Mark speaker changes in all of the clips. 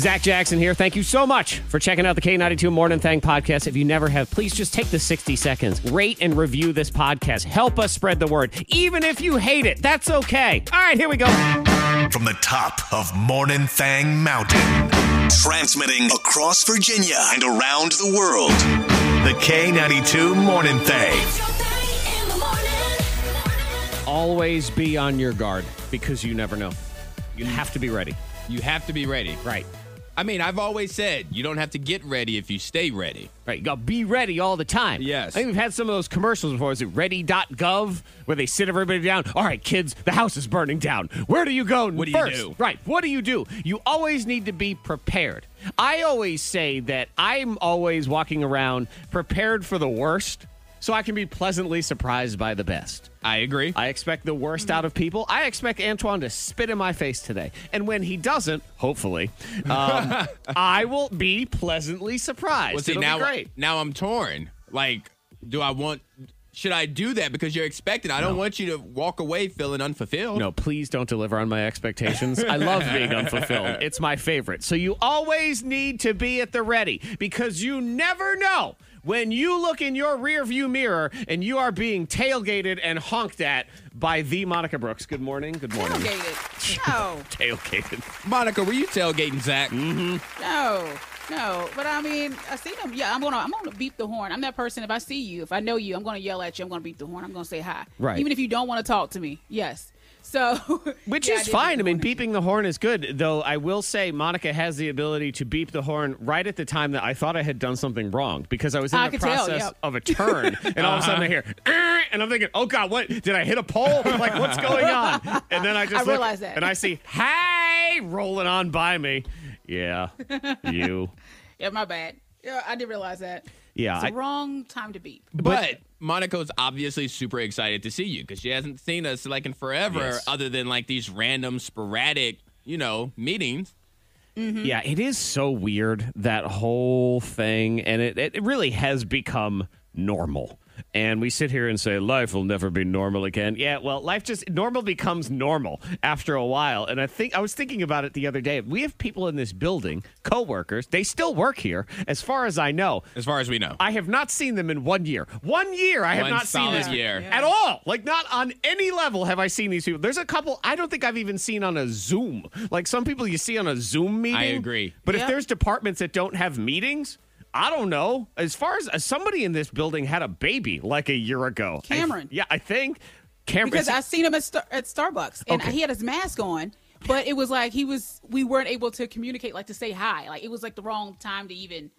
Speaker 1: Zach Jackson here. Thank you so much for checking out the K92 Morning Thang podcast. If you never have, please just take the 60 seconds, rate and review this podcast. Help us spread the word. Even if you hate it, that's okay. All right, here we go.
Speaker 2: From the top of Morning Thang Mountain, transmitting across Virginia and around the world. The K92 Morning Thang.
Speaker 1: Always be on your guard because you never know. You have to be ready.
Speaker 3: You have to be ready.
Speaker 1: Right.
Speaker 3: I mean, I've always said you don't have to get ready if you stay ready.
Speaker 1: Right, you gotta be ready all the time.
Speaker 3: Yes.
Speaker 1: I think we've had some of those commercials before. Is it ready.gov where they sit everybody down? All right, kids, the house is burning down. Where do you go
Speaker 3: What do you
Speaker 1: first?
Speaker 3: do?
Speaker 1: Right, what do you do? You always need to be prepared. I always say that I'm always walking around prepared for the worst so I can be pleasantly surprised by the best.
Speaker 3: I agree.
Speaker 1: I expect the worst out of people. I expect Antoine to spit in my face today. And when he doesn't, hopefully, um, I will be pleasantly surprised.
Speaker 3: Well, see,
Speaker 1: It'll be
Speaker 3: now,
Speaker 1: great.
Speaker 3: now I'm torn. Like, do I want? Should I do that because you're expected? I don't want you to walk away feeling unfulfilled.
Speaker 1: No, please don't deliver on my expectations. I love being unfulfilled. It's my favorite. So you always need to be at the ready because you never know when you look in your rearview mirror and you are being tailgated and honked at by the Monica Brooks. Good morning. Good morning.
Speaker 4: Tailgated. No,
Speaker 1: Tailgated.
Speaker 3: Monica, were you tailgating Zach?
Speaker 1: Mm,
Speaker 4: no, no. But I mean, I see them. Yeah, I'm gonna, I'm gonna beep the horn. I'm that person. If I see you, if I know you, I'm gonna yell at you. I'm gonna beep the horn. I'm gonna say hi.
Speaker 1: Right.
Speaker 4: Even if you don't want to talk to me. Yes. So.
Speaker 1: Which
Speaker 4: yeah,
Speaker 1: is
Speaker 4: did
Speaker 1: fine. I
Speaker 4: beep
Speaker 1: mean,
Speaker 4: the horn.
Speaker 1: beeping the horn is good, though I will say Monica has the ability to beep the horn right at the time that I thought I had done something wrong because I was in
Speaker 4: I
Speaker 1: the
Speaker 4: could tell,
Speaker 1: process
Speaker 4: yep. Uh-huh.
Speaker 1: of a turn and all of a sudden I hear, "Er," and I'm thinking, oh God, what? Did I hit a pole? Like, what's going on? And then I just
Speaker 4: I
Speaker 1: look
Speaker 4: realized that.
Speaker 1: and I see, hey, rolling on by me. Yeah, you.
Speaker 4: Yeah, my bad. Yeah, I did realize that.
Speaker 1: Yeah,
Speaker 4: It's the
Speaker 1: I-
Speaker 4: wrong time to beep.
Speaker 3: But Monica's obviously super excited to see you because she hasn't seen us like in forever,
Speaker 1: Yes.
Speaker 3: other than like these random, sporadic, you know, meetings.
Speaker 1: Yeah, it is so weird that whole thing, and it, it really has become normal. And we sit here and say life will never be normal again. Yeah, well, life just normal becomes normal after a while. And I think I was thinking about it the other day. We have people in this building, coworkers. They still work here, as far as I know.
Speaker 3: As far as we know,
Speaker 1: I have not seen them in one year. One year I have
Speaker 3: One
Speaker 1: not seen
Speaker 3: solid
Speaker 1: this
Speaker 3: year.
Speaker 1: at all. Like not on any level have I seen these people. There's a couple I don't think I've even seen on a Zoom. Like some people you see on a Zoom meeting.
Speaker 3: agree.
Speaker 1: But if
Speaker 4: Yep.
Speaker 1: there's departments that don't have meetings, I don't know. As far as uh, somebody in this building had a baby like a year ago. I-
Speaker 4: Cameron.
Speaker 1: yeah, I think Cameron.
Speaker 4: because I seen him at, Star- at Starbucks and
Speaker 1: Okay.
Speaker 4: he had his mask on, but it was like he was we weren't able to communicate like to say hi. Like it was like the wrong time to even,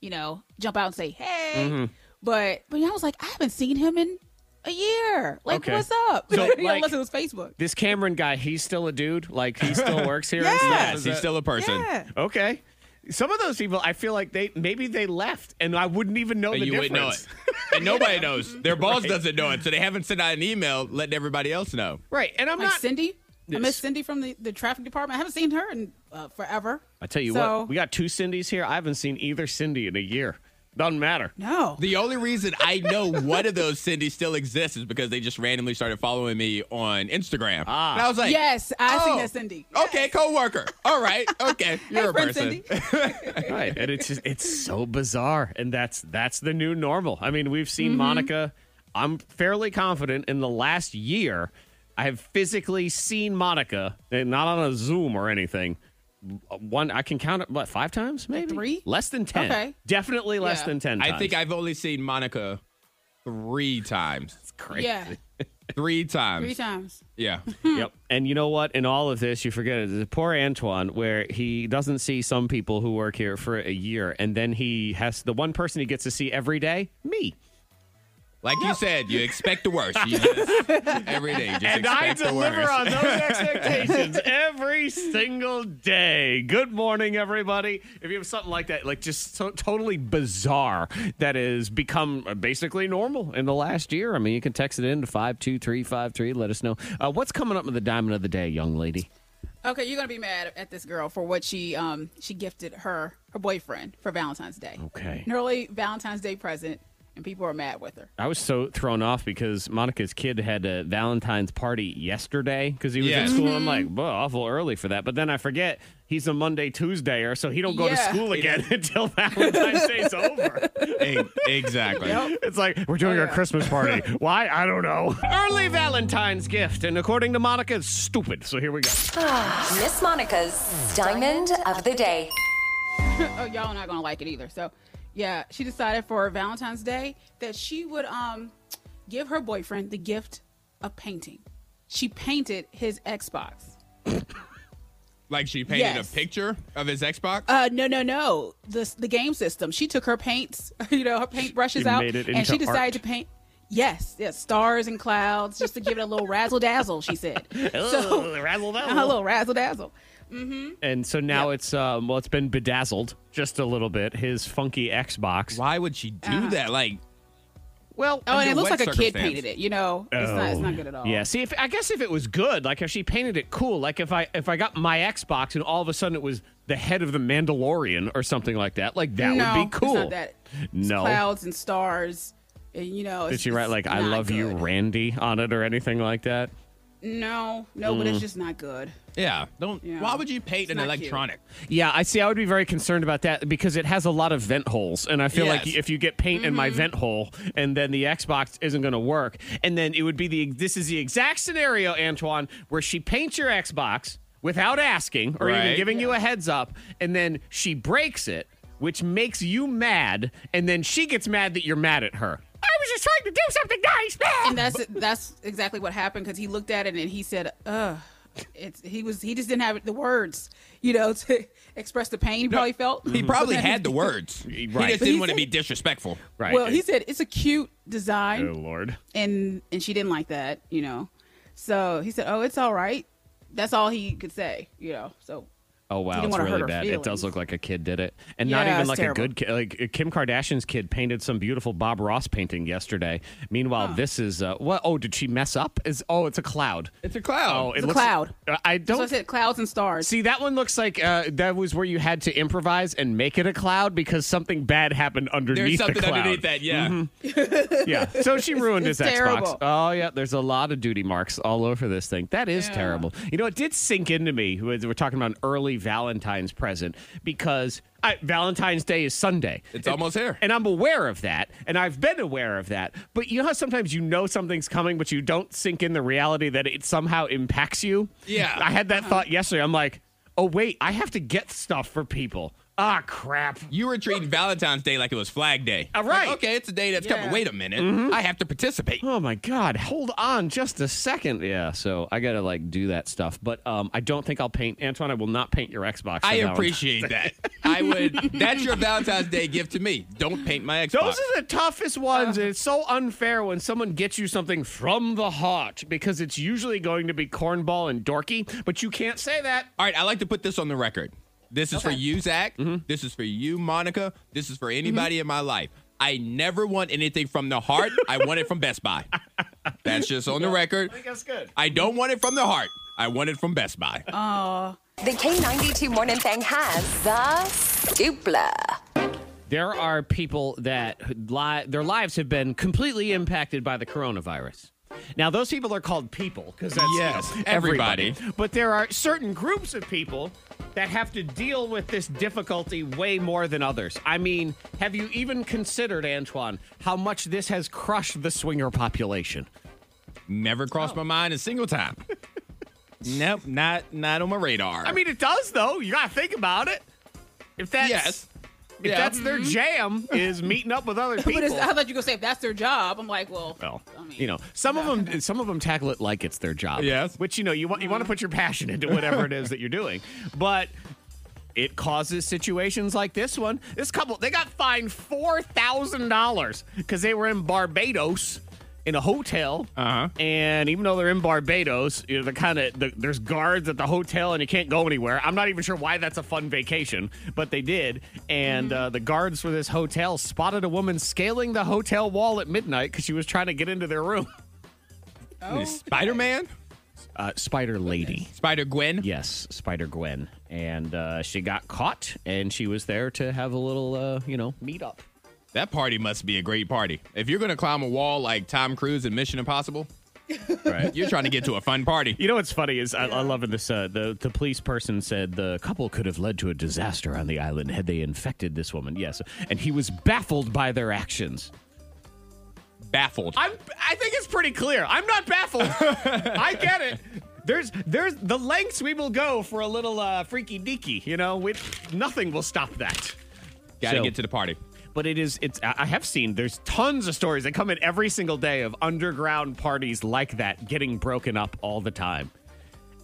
Speaker 4: you know, jump out and say hey.
Speaker 1: Mm-hmm.
Speaker 4: But but I was like I haven't seen him in a year. Like
Speaker 1: Okay.
Speaker 4: what's up?
Speaker 1: So,
Speaker 4: You know,
Speaker 1: like-
Speaker 4: unless it was Facebook.
Speaker 1: this Cameron guy, he's still a dude. Like he still works here.
Speaker 4: Yes.
Speaker 1: And stuff.
Speaker 3: yes, he's still a person.
Speaker 4: Yeah.
Speaker 1: Okay. Some of those people, I feel like they maybe they left, and I wouldn't even know
Speaker 3: And
Speaker 1: the
Speaker 3: you
Speaker 1: difference.
Speaker 3: wouldn't know it. And nobody knows. Their boss doesn't know it, so they haven't sent out an email letting everybody else know.
Speaker 1: Right, and I'm
Speaker 4: Like
Speaker 1: not.
Speaker 4: Cindy. I
Speaker 1: Yes.
Speaker 4: miss Cindy from the, the traffic department. I haven't seen her in uh, forever.
Speaker 1: I tell you
Speaker 4: so,
Speaker 1: what, we got two Cindy's here. I haven't seen either Cindy in a year. Doesn't matter.
Speaker 4: no.
Speaker 3: The only reason I know one of those Cindy still exists is because they just randomly started following me on Instagram.
Speaker 1: Ah.
Speaker 3: And I was like,
Speaker 4: yes, I
Speaker 3: oh,
Speaker 4: seen that Cindy.
Speaker 3: Okay, coworker. All right. Okay, you're
Speaker 4: Hey,
Speaker 3: a
Speaker 4: friend
Speaker 3: person.
Speaker 4: Cindy.
Speaker 1: right, and it's just, it's so bizarre, and that's that's the new normal. I mean, we've
Speaker 4: Mm-hmm.
Speaker 1: seen Monica. I'm fairly confident in the last year, I have physically seen Monica, and not on a Zoom or anything. One, I can count it, what five times, maybe
Speaker 4: three?
Speaker 1: less than ten.
Speaker 4: Okay.
Speaker 1: Definitely less
Speaker 4: Yeah.
Speaker 1: than ten.
Speaker 3: I
Speaker 1: times.
Speaker 3: think I've only seen Monica three times.
Speaker 1: crazy.
Speaker 4: Yeah,
Speaker 3: Three times.
Speaker 4: three times.
Speaker 3: Yeah.
Speaker 1: Yep. And you know what? In all of this, you forget it. The poor Antoine, where he doesn't see some people who work here for a year, and then he has the one person he gets to see every day, me.
Speaker 3: Like you said, you expect the worst. You just, every day, you just
Speaker 1: And
Speaker 3: expect
Speaker 1: I
Speaker 3: the
Speaker 1: deliver
Speaker 3: worst.
Speaker 1: on those expectations every single day. Good morning, everybody. If you have something like that, like just so totally bizarre that has become uh, basically normal in the last year, I mean, you can text it in to 52353. Let us know. Uh, what's coming up with the diamond of the day, young lady?
Speaker 4: Okay, you're gonna be mad at this girl for what she um she gifted her her boyfriend for Valentine's Day.
Speaker 1: Okay.
Speaker 4: An early Valentine's Day present and people are mad with her.
Speaker 1: I was so thrown off because Monica's kid had a Valentine's party yesterday because he was
Speaker 3: Yeah.
Speaker 1: at school.
Speaker 4: Mm-hmm.
Speaker 1: I'm like, well, awful early for that. But then I forget he's a Monday Tuesdayer, so he don't go to
Speaker 4: Yeah.
Speaker 1: school again until Valentine's Day's over.
Speaker 3: E- exactly.
Speaker 1: It's like we're doing our
Speaker 4: Oh, yeah.
Speaker 1: Christmas party. Why? I don't know. Early Valentine's gift, and according to Monica, it's stupid. So here we go.
Speaker 5: Ah, Miss Monica's Diamond of the Day.
Speaker 4: Oh, y'all are not gonna like it either. So, yeah, she decided for Valentine's Day that she would um give her boyfriend the gift of painting. She painted his Xbox.
Speaker 3: Like she painted
Speaker 4: Yes.
Speaker 3: a picture of his Xbox.
Speaker 4: Uh, no, no, no. The the game system. She took her paints, you know, her paint brushes
Speaker 1: She
Speaker 4: out,
Speaker 1: made it
Speaker 4: and she
Speaker 1: into art.
Speaker 4: decided to paint. Yes, yes, stars and clouds, just to give it a little razzle dazzle. She said.
Speaker 1: Ugh, razzle dazzle.
Speaker 4: a little razzle dazzle.
Speaker 1: And so now it's um well it's been bedazzled just a little bit his funky Xbox.
Speaker 3: Why would she do that? Like,
Speaker 1: Well,
Speaker 4: Oh, and
Speaker 3: Under
Speaker 4: it looks
Speaker 3: what
Speaker 4: like a kid
Speaker 3: circumstance?
Speaker 4: painted it. You know, it's not it's not good at all.
Speaker 1: Oh. Yeah, see if I guess if it was good, like if she painted it cool, like if I if I got my Xbox and all of a sudden it was the head of the Mandalorian or something like that, like that
Speaker 4: no,
Speaker 1: would be cool.
Speaker 4: It's not that. It's
Speaker 1: No.
Speaker 4: clouds and stars. And, you know,
Speaker 1: Did
Speaker 4: it's-
Speaker 1: she write
Speaker 4: it's
Speaker 1: like I
Speaker 4: not
Speaker 1: love you
Speaker 4: good.
Speaker 1: Randy on it or anything like that?
Speaker 4: No, no,
Speaker 1: Mm.
Speaker 4: but it's just not good.
Speaker 3: yeah, don't.
Speaker 4: Yeah.
Speaker 3: Why would you paint
Speaker 4: It's
Speaker 3: an
Speaker 4: not cute.
Speaker 3: electronic?
Speaker 1: Yeah, I see. I would be very concerned about that because it has a lot of vent holes, and I feel like
Speaker 3: Yes. Mm-hmm.
Speaker 1: if you get paint in my vent hole, and then the Xbox isn't going to work, and then it would be the this is the exact scenario, Antoine, where she paints your Xbox without asking or even
Speaker 3: Right.
Speaker 1: giving you a heads up, and then she breaks it, which makes you mad, and then she gets mad that you're mad at her. I was just trying to do something nice.
Speaker 4: And that's that's exactly what happened because he looked at it and he said, "Ugh." It's he was he just didn't have the words, you know, to express the pain he probably felt.
Speaker 3: He probably
Speaker 4: So then
Speaker 3: had the words. He
Speaker 1: Right.
Speaker 3: just
Speaker 1: But
Speaker 4: he
Speaker 3: didn't want to
Speaker 4: said-
Speaker 3: be disrespectful.
Speaker 1: right.
Speaker 4: Well, he said it's a cute design,
Speaker 1: Oh Lord.
Speaker 4: and and she didn't like that, you know. So he said, "Oh, it's all right." That's all he could say, you know. So
Speaker 1: Oh
Speaker 4: He
Speaker 1: wow,
Speaker 4: didn't
Speaker 1: it's
Speaker 4: wanna hurt
Speaker 1: really
Speaker 4: her
Speaker 1: bad. It does
Speaker 4: feelings.
Speaker 1: look like a kid did it, and not
Speaker 4: Yeah,
Speaker 1: even
Speaker 4: it's
Speaker 1: like
Speaker 4: terrible.
Speaker 1: a good kid. Like uh, Kim Kardashian's kid painted some beautiful Bob Ross painting yesterday. Meanwhile, this is uh, what? Oh, did she mess up? Is oh, it's a cloud.
Speaker 3: It's a cloud.
Speaker 1: Oh, it
Speaker 4: It's a
Speaker 1: looks,
Speaker 4: cloud.
Speaker 1: Uh, I
Speaker 4: so I
Speaker 1: don't.
Speaker 4: said clouds and stars.
Speaker 1: See that one looks like uh, that was where you had to improvise and make it a cloud because something bad happened underneath
Speaker 3: There's something
Speaker 1: the cloud.
Speaker 3: underneath that. Yeah.
Speaker 1: Yeah, so she ruined
Speaker 4: it's
Speaker 1: his Xbox.
Speaker 4: terrible.
Speaker 1: Oh yeah, there's a lot of duty marks all over this thing. That is terrible. You know, it did sink into me. when We're talking about an early Valentine's present because I, Valentine's Day is Sunday.
Speaker 3: It's
Speaker 1: And-
Speaker 3: almost here.
Speaker 1: and I'm aware of that, and I've been aware of that. But you know how sometimes you know something's coming, but you don't sink in the reality that it somehow impacts you.
Speaker 3: Yeah.
Speaker 1: I had that thought yesterday. I'm like, oh wait, I have to get stuff for people. Ah, crap.
Speaker 3: You were treating Valentine's Day like it was Flag Day.
Speaker 1: All right.
Speaker 3: Like, okay, it's a day that's
Speaker 4: Yeah.
Speaker 3: coming. Wait a minute. I have to participate.
Speaker 1: Oh my God! Hold on, just a second. Yeah, so I gotta like do that stuff, but um, I don't think I'll paint Antoine. I will not paint your Xbox. for
Speaker 3: I
Speaker 1: Valentine's
Speaker 3: appreciate that. I would. That's your Valentine's Day gift to me. Don't paint my Xbox.
Speaker 1: Those are the toughest ones, and it's so unfair when someone gets you something from the heart because it's usually going to be cornball and dorky, but you can't say that.
Speaker 3: All right, I like to put this on the record. This is for you, Zach.
Speaker 1: Mm-hmm.
Speaker 3: This is for you, Monica. This is for anybody in my life. I never want anything from the heart. I want it from Best Buy. That's just on the record.
Speaker 1: That's good.
Speaker 3: I don't want it from the heart. I want it from Best Buy.
Speaker 1: Uh,
Speaker 5: The K92 Morning Thing has the dupla.
Speaker 1: There are people that li- their lives have been completely impacted by the coronavirus. Now, those people are called people because that's you know,
Speaker 3: Yes,
Speaker 1: everybody.
Speaker 3: everybody.
Speaker 1: But there are certain groups of people that have to deal with this difficulty way more than others. I mean, have you even considered, Antoine, how much this has crushed the swinger population?
Speaker 3: Never crossed
Speaker 1: oh.
Speaker 3: my mind a single time. nope, not not on my radar.
Speaker 1: I mean, it does though. You gotta think about it. If that's
Speaker 3: yes.
Speaker 1: if
Speaker 3: Yeah. Mm-hmm.
Speaker 1: that's their jam is meeting up with other people.
Speaker 4: But it's, I thought you were gonna say if that's their job. I'm like, well,
Speaker 1: well,
Speaker 4: I mean,
Speaker 1: you know, some of them some of them tackle it like it's their job.
Speaker 3: Yes.
Speaker 1: Which you know, you want you want to put your passion into whatever it is that you're doing. But it causes situations like this one. This couple, they got fined $4,000 cuz they were in Barbados in a hotel.
Speaker 3: Uh-huh.
Speaker 1: And even though they're in Barbados, you know, the kind of the, there's guards at the hotel and you can't go anywhere. I'm not even sure why that's a fun vacation, but they did. And
Speaker 3: Mm.
Speaker 1: uh, the guards for this hotel spotted a woman scaling the hotel wall at midnight because she was trying to get into their room. Oh.
Speaker 3: Spider Man,
Speaker 1: Uh, Spider Lady.
Speaker 3: Spider Gwen.
Speaker 1: Yes, Spider Gwen. And uh, she got caught and she was there to have a little, uh, you know, meet up.
Speaker 3: That party must be a great party. If you're going to climb a wall like Tom Cruise in Mission Impossible,
Speaker 1: Right.
Speaker 3: you're trying to get to a fun party.
Speaker 1: You know what's funny is I, I love in this. Uh, the the police person said the couple could have led to a disaster on the island had they infected this woman. Yes, and he was baffled by their actions.
Speaker 3: Baffled.
Speaker 1: I'm, I think it's pretty clear. I'm not baffled. I get it. There's there's the lengths we will go for a little uh, freaky deaky. You know, we, nothing will stop that.
Speaker 3: Got to
Speaker 1: So-
Speaker 3: get to the party.
Speaker 1: But it is it's I I have seen there's tons of stories that come in every single day of underground parties like that getting broken up all the time.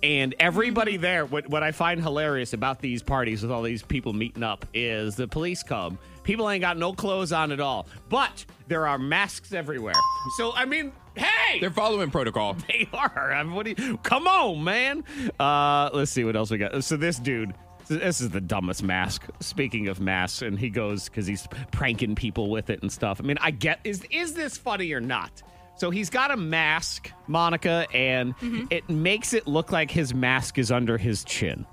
Speaker 1: And everybody there, what, what I find hilarious about these parties with all these people meeting up is the police come. People ain't got no clothes on at all, but there are masks everywhere. So, I mean, hey!
Speaker 3: They're following protocol.
Speaker 1: they are. I mean, what do you, come on, man. Uh, let's see what else we got. So this dude, this is the dumbest mask. Speaking of masks, and he goes because he's pranking people with it and stuff. I mean, I get is is this funny or not? So he's got a mask, Monica, and
Speaker 4: Mm-hmm.
Speaker 1: it makes it look like his mask is under his chin.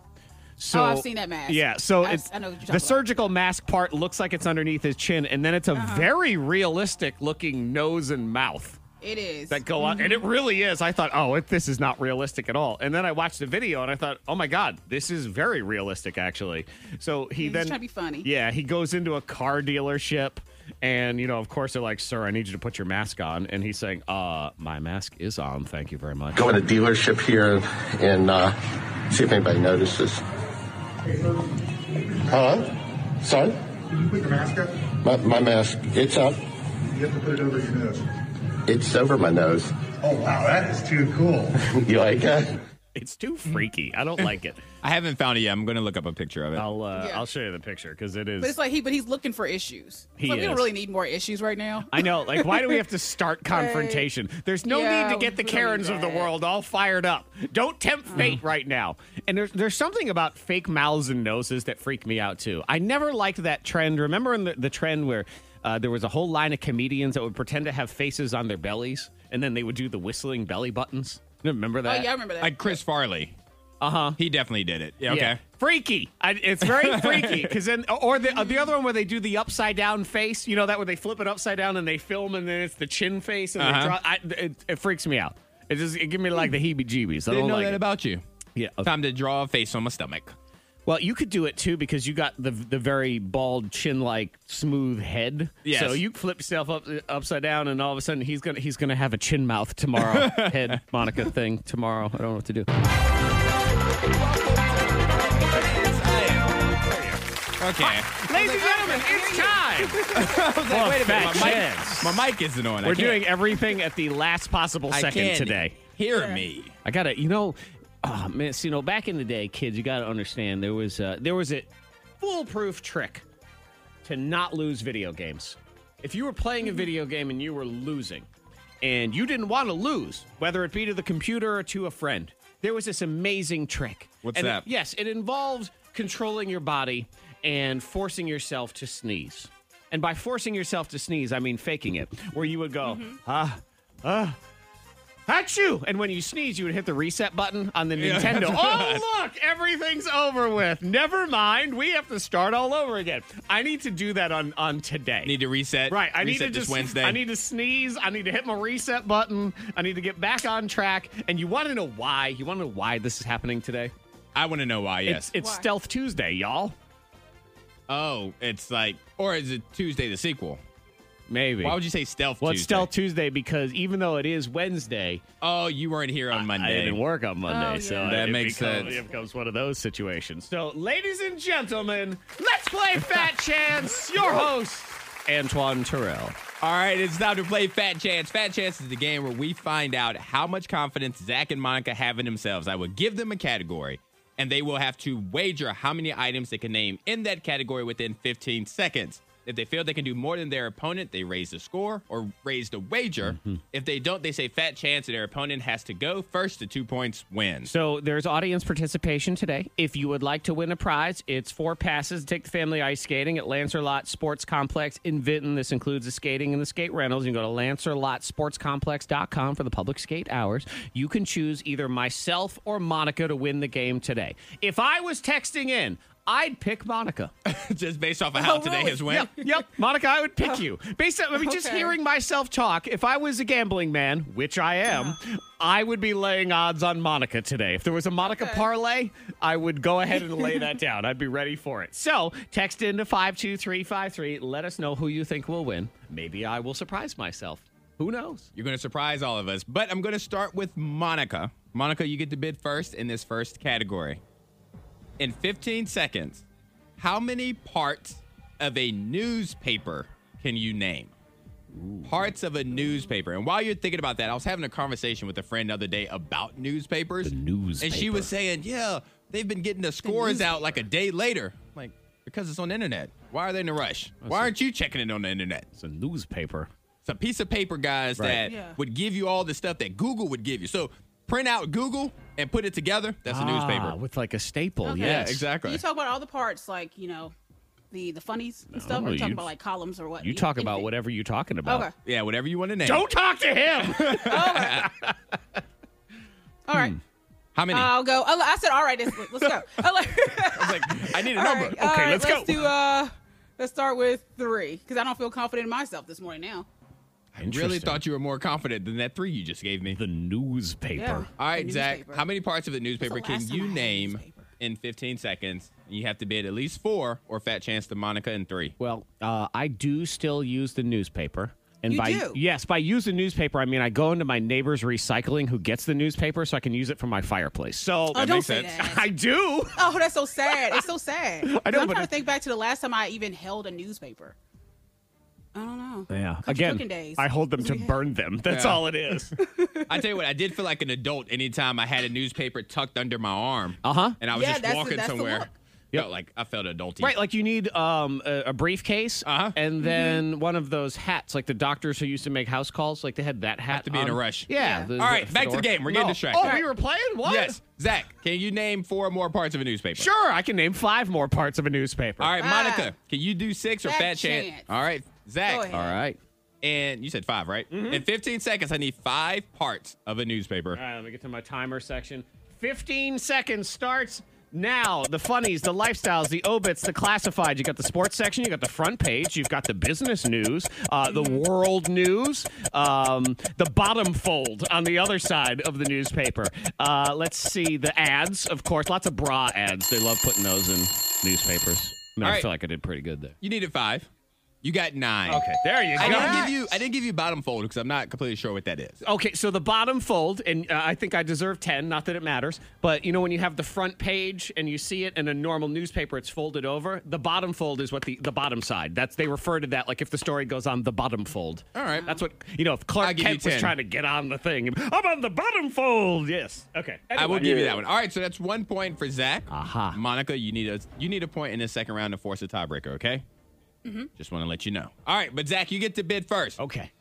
Speaker 1: So
Speaker 4: Oh, I've seen that mask.
Speaker 1: Yeah, so
Speaker 4: I've-
Speaker 1: it's
Speaker 4: I know what you're talking
Speaker 1: the
Speaker 4: about.
Speaker 1: surgical mask part looks like it's underneath his chin, and then it's a
Speaker 4: Uh-huh.
Speaker 1: very realistic looking nose and mouth
Speaker 4: It is.
Speaker 1: that go on. And
Speaker 4: Mm-hmm.
Speaker 1: it really is. I thought, oh, it, this is not realistic at all. And then I watched the video and I thought, oh my God, this is very realistic, actually. So he
Speaker 4: He's
Speaker 1: then.
Speaker 4: trying to be funny.
Speaker 1: Yeah, he goes into a car dealership. And, you know, of course, they're like, sir, I need you to put your mask on. And he's saying, uh, my mask is on. Thank you very much.
Speaker 6: Go in a dealership here and uh, see if anybody notices. Hello? Sorry?
Speaker 7: Can you put your mask up?
Speaker 6: My, my mask, it's up.
Speaker 7: You have to put it over your nose.
Speaker 6: It's over my nose.
Speaker 7: Oh, wow, that is too cool.
Speaker 6: You like that?
Speaker 1: It's too freaky. I don't like it.
Speaker 3: I haven't found it yet. I'm going to look up a picture of it.
Speaker 1: I'll uh,
Speaker 4: Yeah.
Speaker 1: I'll show you the picture because it
Speaker 4: But it's
Speaker 1: is.
Speaker 4: like he, but he's looking for issues. It's
Speaker 1: He
Speaker 4: like, We
Speaker 1: is.
Speaker 4: don't really need more issues right now.
Speaker 1: I know. Like, why do we have to start confrontation? There's no
Speaker 4: Yeah,
Speaker 1: need to get the
Speaker 4: we don't need
Speaker 1: Karens of the
Speaker 4: that.
Speaker 1: world all fired up. Don't tempt
Speaker 4: Mm.
Speaker 1: fate right now. And there's there's something about fake mouths and noses that freak me out too. I never liked that trend. Remember in the, the trend where uh, there was a whole line of comedians that would pretend to have faces on their bellies, and then they would do the whistling belly buttons. Remember
Speaker 4: Oh
Speaker 1: that?
Speaker 4: yeah, I remember that.
Speaker 3: Like Chris Farley. Uh huh. He definitely did it. Yeah, okay.
Speaker 1: Uh-huh. Yeah. Freaky. I, it's very freaky because then, or the uh, the other one where they do the upside down face. You know that where they flip it upside down and they film, and then it's the chin face, and
Speaker 3: Uh-huh.
Speaker 1: they draw. I, it, it freaks me out. It just it give me like the heebie-jeebies. I
Speaker 3: Didn't
Speaker 1: don't
Speaker 3: know
Speaker 1: like
Speaker 3: that
Speaker 1: it.
Speaker 3: about you.
Speaker 1: yeah. okay.
Speaker 3: Time to draw a face on my stomach.
Speaker 1: Well, you could do it too because you got the the very bald chin like smooth head.
Speaker 3: Yes.
Speaker 1: So you flip yourself up upside down, and all of a sudden he's gonna he's gonna have a chin mouth tomorrow head Monica thing tomorrow. I don't know what to do.
Speaker 3: Okay.
Speaker 1: Ladies and gentlemen, it's time.
Speaker 3: Like, wait a
Speaker 1: fat
Speaker 3: minute, my
Speaker 1: chance.
Speaker 3: mic, my mic isn't on. I
Speaker 1: We're
Speaker 3: can't-
Speaker 1: doing everything at the last possible
Speaker 3: I
Speaker 1: second
Speaker 3: can't
Speaker 1: today.
Speaker 3: Hear me.
Speaker 1: I gotta, you know, oh, man. So, you know, back in the day, kids, you gotta understand there was uh, there was a foolproof trick to not lose video games. If you were playing a
Speaker 3: Mm-hmm.
Speaker 1: video game and you were losing, and you didn't want to lose, whether it be to the computer or to a friend, there was this amazing trick.
Speaker 3: What's
Speaker 1: And it-
Speaker 3: that?
Speaker 1: yes, it involved controlling your body and forcing yourself to sneeze. And by forcing yourself to sneeze, I mean faking it, where you would go,
Speaker 3: Mm-hmm.
Speaker 1: ah, ah, achoo. And when you sneeze, you would hit the reset button on the Nintendo. Oh, look, everything's over with. Never mind. We have to start all over again. I need to do that on, on today.
Speaker 3: Need to reset.
Speaker 1: Right. I need
Speaker 3: reset
Speaker 1: to
Speaker 3: this
Speaker 1: just,
Speaker 3: Wednesday.
Speaker 1: I need to sneeze. I need to hit my reset button. I need to get back on track. And you want to know why? You want to know why this is happening today?
Speaker 3: I want to know why. Yes.
Speaker 1: It's, it's Stealth Tuesday, y'all.
Speaker 3: oh, it's like, or is it Tuesday the sequel?
Speaker 1: Maybe.
Speaker 3: Why would you say Stealth
Speaker 1: well, it's
Speaker 3: Tuesday?
Speaker 1: Stealth Tuesday because even though it is Wednesday,
Speaker 3: Oh, you weren't here on
Speaker 1: I
Speaker 3: Monday.
Speaker 1: didn't work on Monday,
Speaker 4: yeah.
Speaker 1: so
Speaker 3: That
Speaker 1: it
Speaker 3: makes
Speaker 1: becomes,
Speaker 3: sense.
Speaker 1: It becomes one of those situations. Oh, So, ladies and gentlemen, let's play Fat Chance. Your host, Antoine Terrell.
Speaker 3: All right, it's time to play Fat Chance. Fat Chance is the game where we find out how much confidence Zach and Monica have in themselves. I will give them a category, and they will have to wager how many items they can name in that category within 15 seconds. If they feel they can do more than their opponent, they raise the score or raise the wager. If they don't, they say Fat Chance, and their opponent has to go first to two points wins.
Speaker 1: So there's audience participation today. If you would like to win a prize, it's four passes to take the family ice skating at Lancerlot Sports Complex in Vinton. This includes the skating and the skate rentals. You can go to lancerlotsportscomplex.com for the public skate hours. You can choose either myself or Monica to win the game today. If I was texting in, I'd pick Monica.
Speaker 3: just based off of how today
Speaker 4: really?
Speaker 3: has went.
Speaker 1: yep, yep, Monica, I would
Speaker 3: Oh.
Speaker 1: pick you. Based on, I mean, just
Speaker 4: Okay.
Speaker 1: hearing myself talk, if I was a gambling man, which I am, I would be laying odds on Monica today. If there was a Monica parlay, I would go ahead and lay that down. I'd be ready for it. So text into 52353. Let us know who you think will win. Maybe I will surprise myself. Who knows?
Speaker 3: You're going to surprise all of us. But I'm going to start with Monica. Monica, you get to bid first in this first category. In 15 seconds, how many parts of a newspaper can you name? Parts of a newspaper. And while you're thinking about that, I was having a conversation with a friend the other day about newspapers. And she was saying, yeah, they've been getting the scores out like a day later. I'm like, because it's on the internet. Why are they in a rush? Why aren't you checking it on the internet?
Speaker 1: It's a newspaper.
Speaker 3: It's a piece of paper, guys,
Speaker 1: Right.
Speaker 3: that
Speaker 4: Yeah.
Speaker 3: would give you all the stuff that Google would give you. So print out Google and put it together. That's a
Speaker 1: Ah,
Speaker 3: newspaper.
Speaker 1: with like a staple.
Speaker 4: Okay.
Speaker 1: Yes,
Speaker 3: Yeah, exactly.
Speaker 4: You talk about all the parts, like you know, the the funnies and stuff.
Speaker 1: No,
Speaker 4: Or you talk
Speaker 1: you-
Speaker 4: about like columns or what?
Speaker 1: You talk about
Speaker 4: anything?
Speaker 1: whatever you're talking about.
Speaker 4: Okay.
Speaker 3: Yeah, whatever you want to name.
Speaker 1: Don't talk to him.
Speaker 4: All right.
Speaker 3: How many?
Speaker 4: I'll go. oh, I said all right. Let's, let's go. All right.
Speaker 3: I was like, I need a
Speaker 4: All
Speaker 3: number.
Speaker 4: right,
Speaker 3: Okay,
Speaker 4: all right,
Speaker 3: let's, go.
Speaker 4: Do, uh, let's start with three because I don't feel confident in myself this morning now.
Speaker 3: I really
Speaker 1: Interesting.
Speaker 3: thought you were more confident than that three you just gave me.
Speaker 1: the newspaper.
Speaker 4: Yeah.
Speaker 3: All right,
Speaker 4: The
Speaker 3: Zach.
Speaker 4: newspaper.
Speaker 3: How many parts of the newspaper
Speaker 4: That's
Speaker 3: can
Speaker 4: the last time I
Speaker 3: you
Speaker 4: had a
Speaker 3: name
Speaker 4: newspaper.
Speaker 3: in 15 seconds? You have to bid at least four, or fat chance to Monica in three.
Speaker 1: Well, uh, I do still use the newspaper. And
Speaker 4: You
Speaker 1: by
Speaker 4: do?
Speaker 1: yes, by use the newspaper, I mean I go into my neighbor's recycling who gets the newspaper so I can use it for my fireplace. So
Speaker 4: Oh, don't
Speaker 3: makes
Speaker 4: say
Speaker 3: sense.
Speaker 4: that.
Speaker 1: I do.
Speaker 4: Oh, that's so sad. It's so sad.
Speaker 1: I know,
Speaker 4: I'm
Speaker 1: but it-
Speaker 4: trying to think back to the last time I even held a newspaper. I don't know. Country cooking
Speaker 1: Again,
Speaker 4: days.
Speaker 1: I hold them to burn them. That's
Speaker 3: Yeah.
Speaker 1: all it is.
Speaker 3: I tell you what, I did feel like an adult anytime I had a newspaper tucked under my arm.
Speaker 1: Uh-huh.
Speaker 3: And I was
Speaker 4: Yeah,
Speaker 3: just
Speaker 4: that's the-
Speaker 3: walking
Speaker 4: that's the
Speaker 3: somewhere.
Speaker 4: look.
Speaker 3: Felt like I felt adulty.
Speaker 1: right, like you need um, a, a briefcase
Speaker 3: Uh-huh.
Speaker 1: and then one of those hats, like the doctors who used to make house calls, like they had that hat.
Speaker 3: to be in a
Speaker 1: on.
Speaker 3: rush.
Speaker 1: Yeah.
Speaker 4: Yeah.
Speaker 1: the-
Speaker 3: All right, back to the
Speaker 1: fedora.
Speaker 3: game. We're getting
Speaker 1: No.
Speaker 3: distracted.
Speaker 1: Oh, we were playing? What?
Speaker 3: Yes, Zach, can you name four more parts of a newspaper?
Speaker 1: Sure, I can name five more parts of a newspaper.
Speaker 3: All right, Monica,
Speaker 4: Five.
Speaker 3: can you do six or
Speaker 4: Fat
Speaker 3: fat chance?
Speaker 4: chance.
Speaker 3: All right,
Speaker 4: Go
Speaker 3: Zach.
Speaker 4: ahead.
Speaker 1: All right.
Speaker 3: And you said five, right? In 15 seconds, I need five parts of a newspaper.
Speaker 1: Mm-hmm. All right, let me get to my timer section. 15 seconds starts now. The funnies, the lifestyles, the obits, the classified. You got the sports section, you got the front page, you've got the business news, uh, the world news, um, the bottom fold on the other side of the newspaper. Uh, let's see, the ads, of course, lots of bra ads. They love putting those in newspapers. I, mean,
Speaker 3: All
Speaker 1: I
Speaker 3: right.
Speaker 1: feel like I did pretty good there.
Speaker 3: You needed five. You got nine.
Speaker 1: Okay, there you
Speaker 3: I
Speaker 1: go.
Speaker 3: didn't give you. I didn't give you bottom fold because I'm not completely sure what that is.
Speaker 1: Okay, so the bottom fold, and uh, I think I deserve 10, not that it matters, but you know, when you have the front page and you see it in a normal newspaper, it's folded over. The bottom fold is what the, the bottom side. That's They refer to that like if the story goes on the bottom fold.
Speaker 3: All right.
Speaker 1: That's what, you know, if
Speaker 3: I'll
Speaker 1: Clark
Speaker 3: give you
Speaker 1: Kent was
Speaker 3: 10.
Speaker 1: trying to get on the thing, I'm on the bottom fold. Yes. Okay.
Speaker 3: I will
Speaker 1: Anyway.
Speaker 3: give you that one. All right, so that's one point for Zach.
Speaker 1: Aha.
Speaker 3: Monica, you need a you need a point in the second round to force a tiebreaker. Okay. Just want to let you know. All right, but Zach, you get to bid first.
Speaker 1: Okay.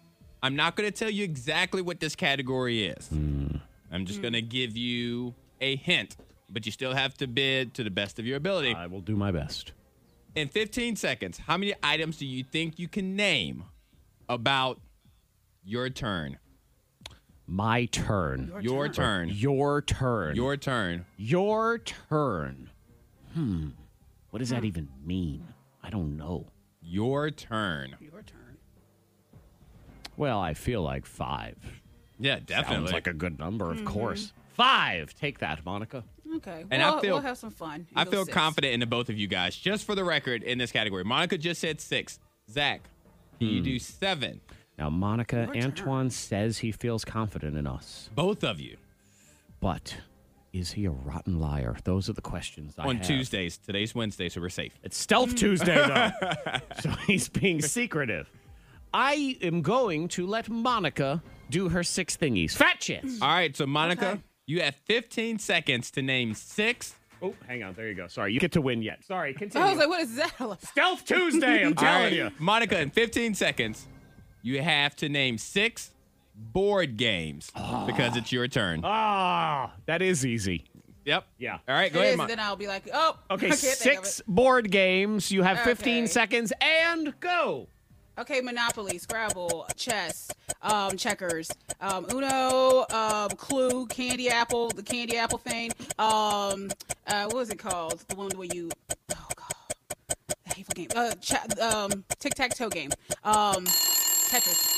Speaker 3: I'm not going to tell you exactly what this category is. I'm just going to give you a hint, but you still have to bid to the best of your ability.
Speaker 1: I will do my best.
Speaker 3: In 15 seconds, how many items do you think you can name about your turn?
Speaker 1: My turn.
Speaker 3: Your, turn.
Speaker 1: Your turn.
Speaker 3: Your turn.
Speaker 1: Your turn. Hmm. What does that
Speaker 3: Hmm.
Speaker 1: even mean? I don't know.
Speaker 3: Your turn.
Speaker 4: Your turn.
Speaker 1: Well, I feel like five.
Speaker 3: Yeah, definitely.
Speaker 1: Sounds like a good number,
Speaker 4: Mm-hmm.
Speaker 1: of course. Five. Take that, Monica.
Speaker 4: Okay.
Speaker 3: And I
Speaker 4: we'll,
Speaker 3: feel-
Speaker 4: we'll have some fun. and
Speaker 3: I
Speaker 4: go
Speaker 3: feel
Speaker 4: six.
Speaker 3: confident in the both of you guys. Just for the record, in this category, Monica just said six. Zach, can you do seven?
Speaker 1: Now, Monica,
Speaker 4: Your turn.
Speaker 1: Antoine says he feels confident in us,
Speaker 3: Both of you
Speaker 1: but is he a rotten liar? Those are the questions I
Speaker 3: on
Speaker 1: have.
Speaker 3: Tuesdays. Today's Wednesday, so we're safe.
Speaker 1: It's Stealth Tuesday, though. so he's being secretive. I am going to let Monica do her six thingies. Fat chance.
Speaker 3: All right, so Monica, you have 15 seconds to name six.
Speaker 1: Oh, hang on. There you go. Sorry, you get to win yet. Sorry, continue.
Speaker 4: I was like, what is that? all about?
Speaker 1: Oh, Stealth Tuesday, I'm
Speaker 3: All
Speaker 1: telling
Speaker 3: right,
Speaker 1: you.
Speaker 3: Monica, in 15 seconds, you have to name six board games because it's your turn.
Speaker 1: Ah, that is easy.
Speaker 3: Yep.
Speaker 1: yeah.
Speaker 3: All right, go
Speaker 4: It
Speaker 3: ahead,
Speaker 4: is,
Speaker 3: Mon-
Speaker 4: then I'll be like, oh, I
Speaker 1: Okay,
Speaker 4: can't think of
Speaker 1: six board games. You have 15
Speaker 4: Okay.
Speaker 1: seconds and go.
Speaker 4: it. Okay, Monopoly, Scrabble, chess, um, checkers, um, Uno, um, Clue, Candy Apple, the Candy Apple thing. Um, uh, what was it called? The one where you. Oh, game. Uh, ch- um, tic tac toe game. Um, Tetris.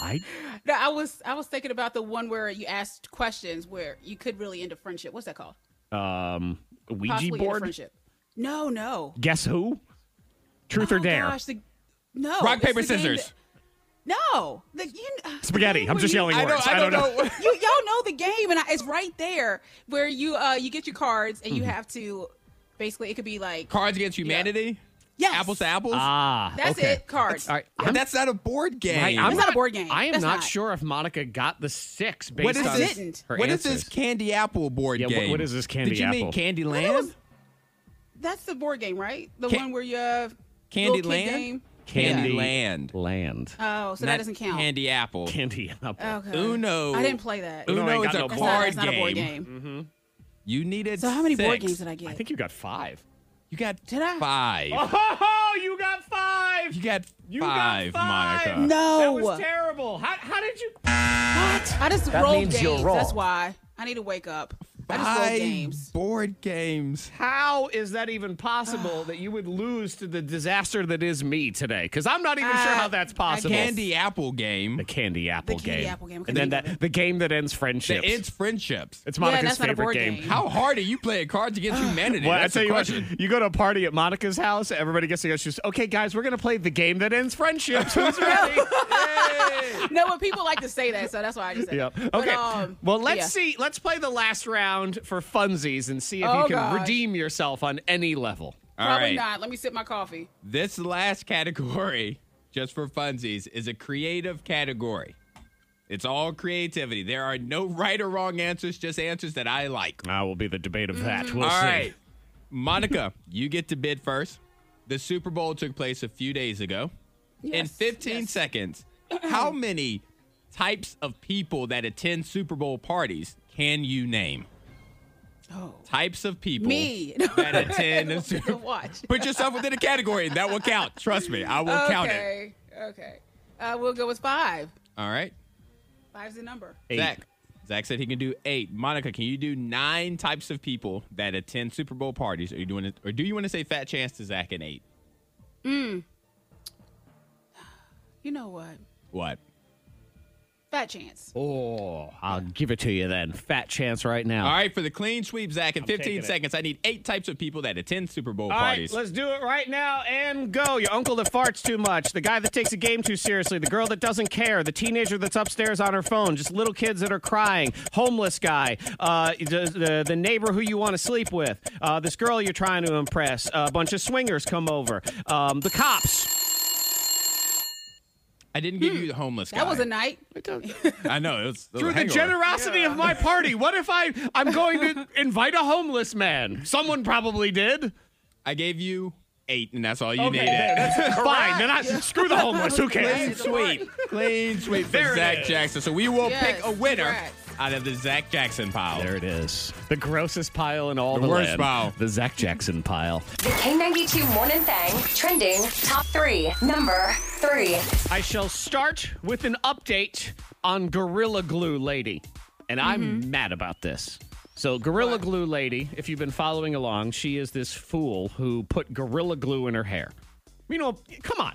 Speaker 1: I
Speaker 4: No, I was I was thinking about the one where you asked questions where you could really end a friendship. What's that called?
Speaker 1: um Ouija
Speaker 4: Possibly end a
Speaker 1: board.
Speaker 4: friendship. No, no.
Speaker 1: Guess who? Truth or
Speaker 4: Oh,
Speaker 1: dare?
Speaker 4: gosh, the- no.
Speaker 3: Rock,
Speaker 4: it's
Speaker 3: paper,
Speaker 4: the game
Speaker 3: scissors.
Speaker 4: that- no. The, you,
Speaker 1: Spaghetti. I'm
Speaker 4: where
Speaker 1: just
Speaker 4: you-
Speaker 1: yelling
Speaker 3: I
Speaker 1: words.
Speaker 3: don't, I don't know.
Speaker 4: you y'all know the game, and I, it's right there where you uh you get your cards and you have to basically it could be like
Speaker 3: Cards Against Humanity?
Speaker 4: Yes.
Speaker 3: Apples to Apples?
Speaker 1: Ah.
Speaker 4: that's
Speaker 3: okay.
Speaker 4: it cards.
Speaker 1: All right.
Speaker 3: Yeah, that's not a board game.
Speaker 1: I,
Speaker 4: It's not a board game.
Speaker 1: I am
Speaker 4: That's
Speaker 1: not,
Speaker 4: not.
Speaker 1: sure if Monica got the six based
Speaker 3: What is
Speaker 1: on
Speaker 4: this-
Speaker 1: her
Speaker 3: What is
Speaker 1: answers.
Speaker 3: this candy apple board
Speaker 1: Yeah, what-
Speaker 3: game?
Speaker 1: what is this candy
Speaker 3: Did you mean
Speaker 1: apple?
Speaker 3: Candy
Speaker 4: I thought it
Speaker 3: Land?
Speaker 4: was- that's the board game, right? The
Speaker 3: Ca-
Speaker 4: one where you have
Speaker 3: Candy
Speaker 4: little kid
Speaker 3: Land?
Speaker 4: Game.
Speaker 1: Candy
Speaker 3: Candy Land.
Speaker 1: Land.
Speaker 4: Oh, so that
Speaker 3: Not
Speaker 4: doesn't count.
Speaker 3: Candy apple.
Speaker 1: Candy apple.
Speaker 4: Okay.
Speaker 3: Uno.
Speaker 4: I didn't play that.
Speaker 1: Uno
Speaker 3: Uno
Speaker 1: ain't
Speaker 3: is
Speaker 1: got
Speaker 3: a
Speaker 1: no
Speaker 4: That's
Speaker 1: board.
Speaker 4: not,
Speaker 3: board
Speaker 4: that's not a board game.
Speaker 3: You needed
Speaker 4: So how many board
Speaker 3: six.
Speaker 4: games did I get?
Speaker 1: I think you got five.
Speaker 3: You got
Speaker 4: Did I?
Speaker 3: five.
Speaker 1: Oh, you got five.
Speaker 3: You got
Speaker 1: You got
Speaker 3: five,
Speaker 1: five.
Speaker 3: Monica.
Speaker 4: no.
Speaker 1: terrible. How, how did you?
Speaker 4: I just rolled games. That's why I need to wake up. I just rolled
Speaker 3: Five
Speaker 4: games.
Speaker 3: board games.
Speaker 1: How is that even possible that you would lose to the disaster that is me today? Because I'm not even
Speaker 4: Uh,
Speaker 1: sure how that's possible.
Speaker 3: Candy apple game.
Speaker 1: the candy apple
Speaker 4: The candy
Speaker 1: game,
Speaker 4: apple game. I
Speaker 1: and then
Speaker 4: couldn't think of
Speaker 1: that the game that ends friendships.
Speaker 3: That ends friendships.
Speaker 1: it's Monica's
Speaker 4: that's not a
Speaker 1: favorite
Speaker 4: board
Speaker 1: game.
Speaker 4: game.
Speaker 3: How hard are you playing Cards Against Humanity?
Speaker 1: Well, I
Speaker 3: That's
Speaker 1: tell
Speaker 3: the
Speaker 1: you what,
Speaker 3: question.
Speaker 1: you go to a party at Monica's house, everybody gets to go. She's okay, guys, we're gonna play the game that ends friendships. Who's ready?
Speaker 4: No, but people like to say that, so that's why I just said.
Speaker 1: Yep. Okay.
Speaker 4: that. But, um,
Speaker 1: well, let's
Speaker 4: yeah.
Speaker 1: see. Let's play the last round for funsies and see if you
Speaker 4: Oh,
Speaker 1: can
Speaker 4: gosh.
Speaker 1: redeem yourself on any level.
Speaker 3: All
Speaker 4: Probably
Speaker 3: right.
Speaker 4: not. Let me sip my coffee.
Speaker 3: This last category, just for funsies, is a creative category. It's all creativity. There are no right or wrong answers, just answers that I like.
Speaker 1: I Ah, will be the debate of that.
Speaker 4: Mm.
Speaker 1: We'll
Speaker 3: All
Speaker 1: see.
Speaker 3: right. Monica, you get to bid first. The Super Bowl took place a few days ago. In
Speaker 4: Yes,
Speaker 3: 15
Speaker 4: yes.
Speaker 3: seconds, how many types of people that attend Super Bowl parties can you name?
Speaker 4: Oh.
Speaker 3: Types of people
Speaker 4: Me.
Speaker 3: that attend a Super
Speaker 4: To watch.
Speaker 3: Put yourself within a category and that will count. Trust me, I will count it.
Speaker 4: Okay. Okay. Uh, we'll go with five.
Speaker 3: All right.
Speaker 4: Five's the number.
Speaker 1: Eight.
Speaker 3: Zach. Zach said he can do eight. Monica, can you do nine types of people that attend Super Bowl parties? Are you doing it, or do you want to say fat chance to Zach and eight?
Speaker 4: You know what?
Speaker 3: What?
Speaker 4: Fat chance.
Speaker 1: Oh, I'll give it to you then. Fat chance right now.
Speaker 3: All right, for the clean sweep, Zach, in
Speaker 1: taking
Speaker 3: 15
Speaker 1: it.
Speaker 3: seconds, I need eight types of people that attend Super Bowl
Speaker 1: All right,
Speaker 3: parties.
Speaker 1: let's do it right now and go. Your uncle that farts too much, the guy that takes a game too seriously, the girl that doesn't care, the teenager that's upstairs on her phone, just little kids that are crying, homeless guy, uh, the, the, the neighbor who you want to sleep with, uh, this girl you're trying to impress, a bunch of swingers come over, um, the cops.
Speaker 3: I didn't give you the homeless guy.
Speaker 4: That was a night.
Speaker 3: I know. It was, it
Speaker 1: Through
Speaker 3: was a
Speaker 1: the
Speaker 3: hangover.
Speaker 1: generosity of my party, what if I I'm going to invite a homeless man? Someone probably did.
Speaker 3: I gave you eight, and that's all you
Speaker 1: Okay, there,
Speaker 3: needed.
Speaker 1: that's fine. Then I screw the homeless. Who
Speaker 3: Clean
Speaker 1: cares?
Speaker 3: sweep. Clean sweep
Speaker 1: There
Speaker 3: for
Speaker 1: it
Speaker 3: Zach
Speaker 1: is.
Speaker 3: Jackson. So we will
Speaker 4: Yes,
Speaker 3: pick a winner
Speaker 4: congrats.
Speaker 3: out of the Zach Jackson pile.
Speaker 1: There it is. The grossest pile in all the,
Speaker 3: The worst
Speaker 1: land.
Speaker 3: pile.
Speaker 1: The Zach Jackson pile.
Speaker 5: The K92 Morning Thang trending top three. Number three.
Speaker 1: I shall start with an update on Gorilla Glue Lady. And I'm mad about this. So, Gorilla Glue Lady, if you've been following along, she is this fool who put Gorilla Glue in her hair. You know, come on.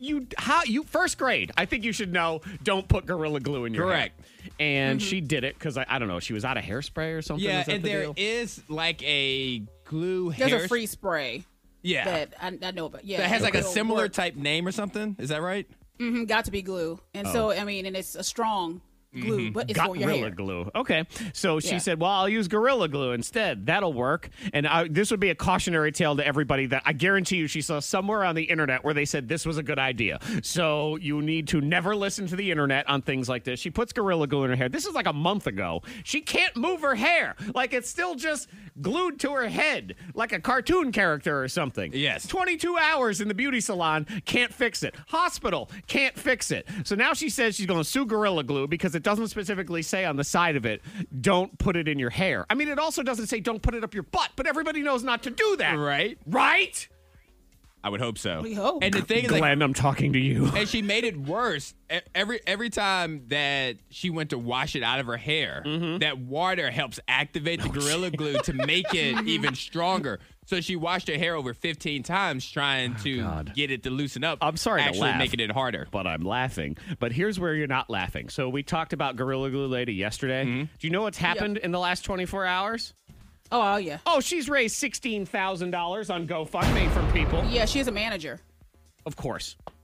Speaker 1: You, how, you, first grade, I think you should know don't put Gorilla Glue in your
Speaker 3: Correct. Mm-hmm.
Speaker 1: hair. And she did it because I, I don't know, she was out of hairspray or something.
Speaker 3: Yeah,
Speaker 1: Is that
Speaker 3: and
Speaker 1: the
Speaker 3: there is
Speaker 1: deal?
Speaker 3: like a glue
Speaker 4: There's
Speaker 3: hair
Speaker 4: a free spray
Speaker 3: yeah
Speaker 4: that I, I know about. Yeah.
Speaker 3: that has like a
Speaker 4: it'll
Speaker 3: similar
Speaker 4: work.
Speaker 3: type name or something. Is that right?
Speaker 4: Mhm, got to be glue. And
Speaker 3: Oh.
Speaker 4: so, I mean, and it's a strong
Speaker 3: Mm-hmm.
Speaker 4: glue, but it's for your
Speaker 1: gorilla
Speaker 4: hair.
Speaker 1: glue. Okay, so she
Speaker 4: Yeah.
Speaker 1: said, "Well, I'll use gorilla glue instead. That'll work." And I, this would be a cautionary tale to everybody that I guarantee you she saw somewhere on the internet where they said this was a good idea. So you need to never listen to the internet on things like this. She puts gorilla glue in her hair. This is like a month ago. She can't move her hair; like it's still just glued to her head, like a cartoon character or something.
Speaker 3: Yes.
Speaker 1: 22 hours in the beauty salon, can't fix it. Hospital, can't fix it. So now she says she's going to sue Gorilla Glue because it doesn't specifically say on the side of it, don't put it in your hair. I mean, it also doesn't say don't put it up your butt, but everybody knows not to do that.
Speaker 3: Right.
Speaker 1: Right?
Speaker 3: I would hope so.
Speaker 4: We hope.
Speaker 3: And the thing is, like,
Speaker 1: Glenn, I'm talking to you.
Speaker 3: and she made it worse E- every every time that she went to wash it out of her
Speaker 1: Mm-hmm. Mm-hmm.
Speaker 3: hair. That water helps activate the gorilla glue to make it even stronger. So she washed her hair over 15 times trying to
Speaker 1: Oh, God.
Speaker 3: get it to loosen up.
Speaker 1: I'm sorry to
Speaker 3: actually
Speaker 1: laugh.
Speaker 3: making it harder.
Speaker 1: but I'm laughing. But here's where you're not laughing. So we talked about Gorilla Glue Lady yesterday. Do you know what's happened in the last 24 hours?
Speaker 4: Oh, oh, yeah.
Speaker 1: Oh, she's raised sixteen thousand dollars on GoFundMe from people.
Speaker 4: Yeah, she has a manager.
Speaker 1: Of course. What